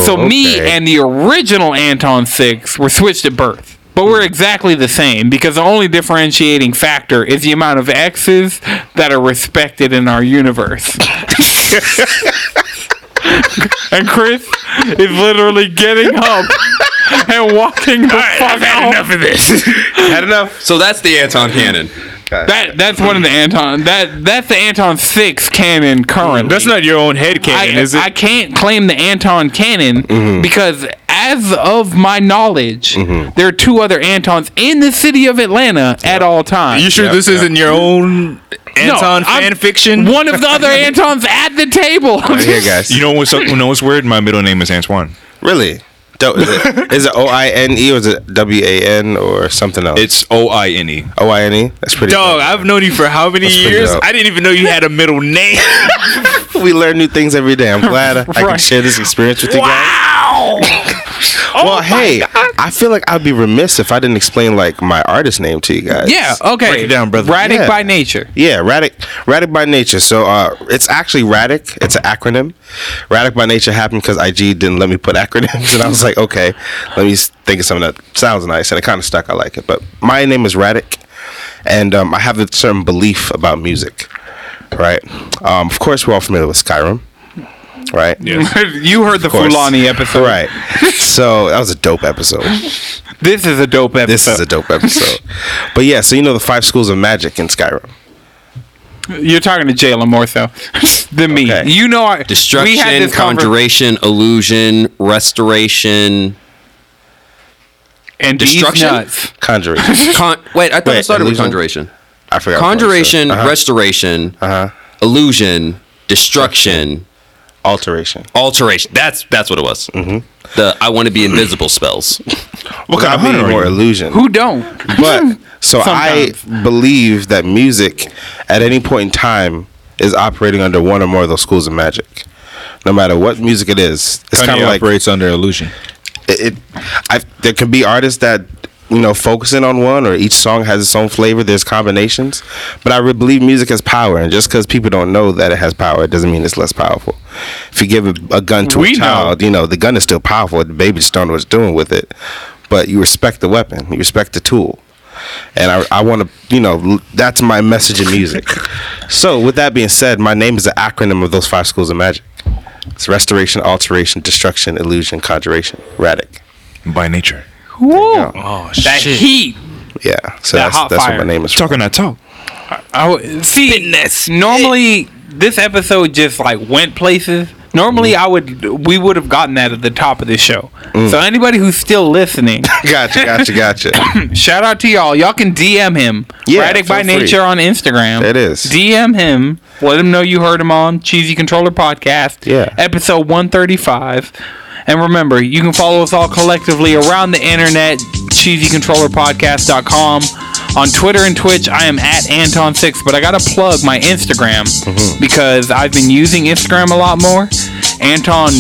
B: so me
C: okay.
B: and the original Anton Six were switched at birth. But we're exactly the same because the only differentiating factor is the amount of X's that are respected in our universe. and Chris is literally getting up and walking the fuck out.
J: Enough of this.
C: Had enough.
D: So that's the Anton canon.
B: That that's one of the Anton that that's the Anton Six canon currently.
J: That's not your own head cannon,
B: I,
J: is it?
B: I can't claim the Anton canon because, as of my knowledge, there are two other Antons in the city of Atlanta at all times.
J: you sure this isn't your own
B: No,
J: Anton
B: I'm
J: fan fiction?
B: One of the other Antons at the table.
C: Here, guys.
A: You know what's, you know what's weird? My middle name is Antoine.
C: Really? Do- is it- is it O I N E or is it W A N or something else?
A: It's O I N E.
C: O I N E. That's pretty.
J: Dog, I've known you for how many
C: That's pretty
J: years?
C: dope.
J: I didn't even know you had a middle name.
C: dope. we learn new things every day. I'm glad I, I can share this experience with you
J: wow.
C: guys. Well, hey, I feel like I'd be remiss if I didn't explain like my artist name to you guys.
B: Yeah, okay.
C: Break it down, brother.
B: Radic
C: Yeah.
B: by nature.
C: Yeah, Radic, Radic by Nature. So uh, it's actually Radic. It's an acronym. Radic by Nature happened because IG didn't let me put acronyms, and I was like, okay, let me s- think of something that sounds nice, and it kind of stuck. I like it, but my name is Radic, and um, I have a certain belief about music, right? Um, of course, we're all familiar with Skyrim, right? Yeah,
I: you heard the
C: course.
I: Fulani episode.
C: right. So that was a dope episode.
I: This is a dope episode.
C: This is a dope episode. but yeah, so you know the five schools of magic in Skyrim.
I: You're talking to Jalen more so than me.
C: Okay.
I: You know, I,
D: Destruction,
I: we had this conver-
D: conjuration, illusion, restoration.
I: and these
D: Destruction?
I: nuts.
C: Conjuring.
D: Con- wait, I thought
C: Wait,
D: it started
C: illusion?
D: with conjuration.
C: I forgot. what it was.
D: Conjuration,
C: Uh-huh.
D: restoration,
C: Uh-huh.
D: illusion, destruction,
C: Alteration.
D: alteration. That's that's what it was. Mm-hmm. The I want to be invisible spells.
C: What kind of more illusion?
B: Who don't?
C: But so I believe that music at any point in time is operating under one or more of those schools of magic. No matter what music it is, it's kind of like it,
A: operates under illusion.
C: it I, there can be artists that you know focusing on one or each song has its own flavor. There's combinations, but I really believe music has power, and just because people don't know that it has power, it doesn't mean it's less powerful. If you give a, a gun to
I: We
C: a
I: know.
C: child, you know the gun is still powerful. The baby just don't know what's doing with it, but you respect the weapon, you respect the tool and I, I want to, you know, l- that's my message in music. so, with that being said, my name is the acronym of those five schools of magic. It's restoration, alteration, destruction, illusion, conjuration, radic.
A: By nature.
B: Oh,
J: That heat.
C: Yeah, so
B: That hot
C: that's that's
B: fire.
C: what my name is. from.
A: Talking that talk.
B: I would, see, normally this episode just like went places. Normally, I would we would have gotten that at the top of the show. So anybody who's still listening,
C: Gotcha, gotcha, gotcha.
B: shout out to y'all. Y'all can DM him,
C: Yeah,
B: Radic by
C: feel free.
B: Nature on Instagram.
C: It is.
B: DM him. Let him know you heard him on Cheesy Controller Podcast.
C: Yeah.
B: episode one thirty five. And remember, you can follow us all collectively around the internet, cheesycontrollerpodcast.com. On Twitter and Twitch, I am at Anton6, but I got to plug my Instagram
C: Mm-hmm.
B: because I've been using Instagram a lot more. Anton,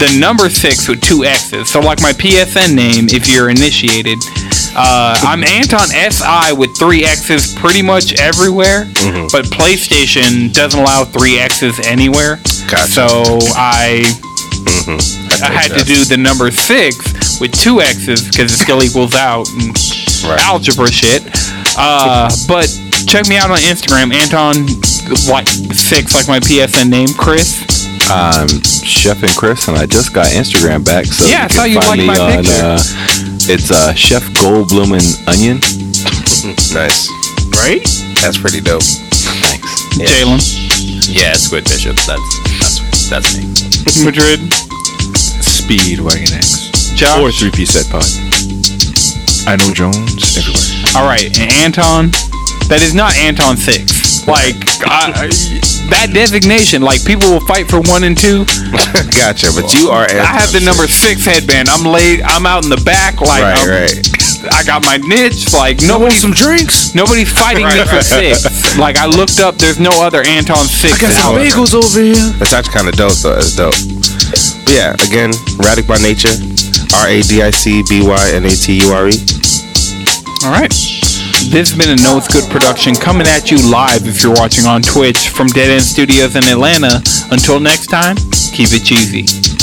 B: the number six with two X's. So, like my PSN name, if you're initiated, uh, I'm Anton SI with three X's pretty much everywhere,
G: Mm-hmm.
B: but PlayStation doesn't allow three X's anywhere.
C: Gotcha.
B: So, I
G: Mm-hmm.
B: I
C: makes
B: had to do the number six with two X's because it still equals out and
C: Right.
B: algebra shit. Uh, but check me out on Instagram, Anton like six, like my PSN name, Chris.
G: I'm Chef and Chris, and I just got Instagram back. So
B: Yeah, I saw you liked my picture.
G: Uh, it's uh, Chef Goldblum and Onion.
C: nice.
J: Right?
C: That's pretty dope.
G: Thanks.
B: Jalen.
D: Yeah, Squid Bishop. That's that's that's me.
B: Madrid.
A: Speedwagon X.
B: Josh.
A: Or three piece set pod. I know Jones everywhere.
B: All right, and Anton. That is not Anton six. Like I, that designation, like people will fight for one and two.
C: Gotcha, but you are.
B: I have the number six headband. I'm laid. I'm out in the back. Like
C: Right,
B: I'm-
C: right.
B: I got my niche. Like nobody's
E: Some drinks.
B: Nobody's fighting me for six. Like I looked up, there's no other Anton six out.
E: bagels over here.
C: That's actually kind of dope, though. That's dope. But yeah, again, Radic by Nature. R A D I C B Y N A T U R E.
B: All right. This has been a No It's Good production coming at you live if you're watching on Twitch from Dead End Studios in Atlanta. Until next time, keep it cheesy.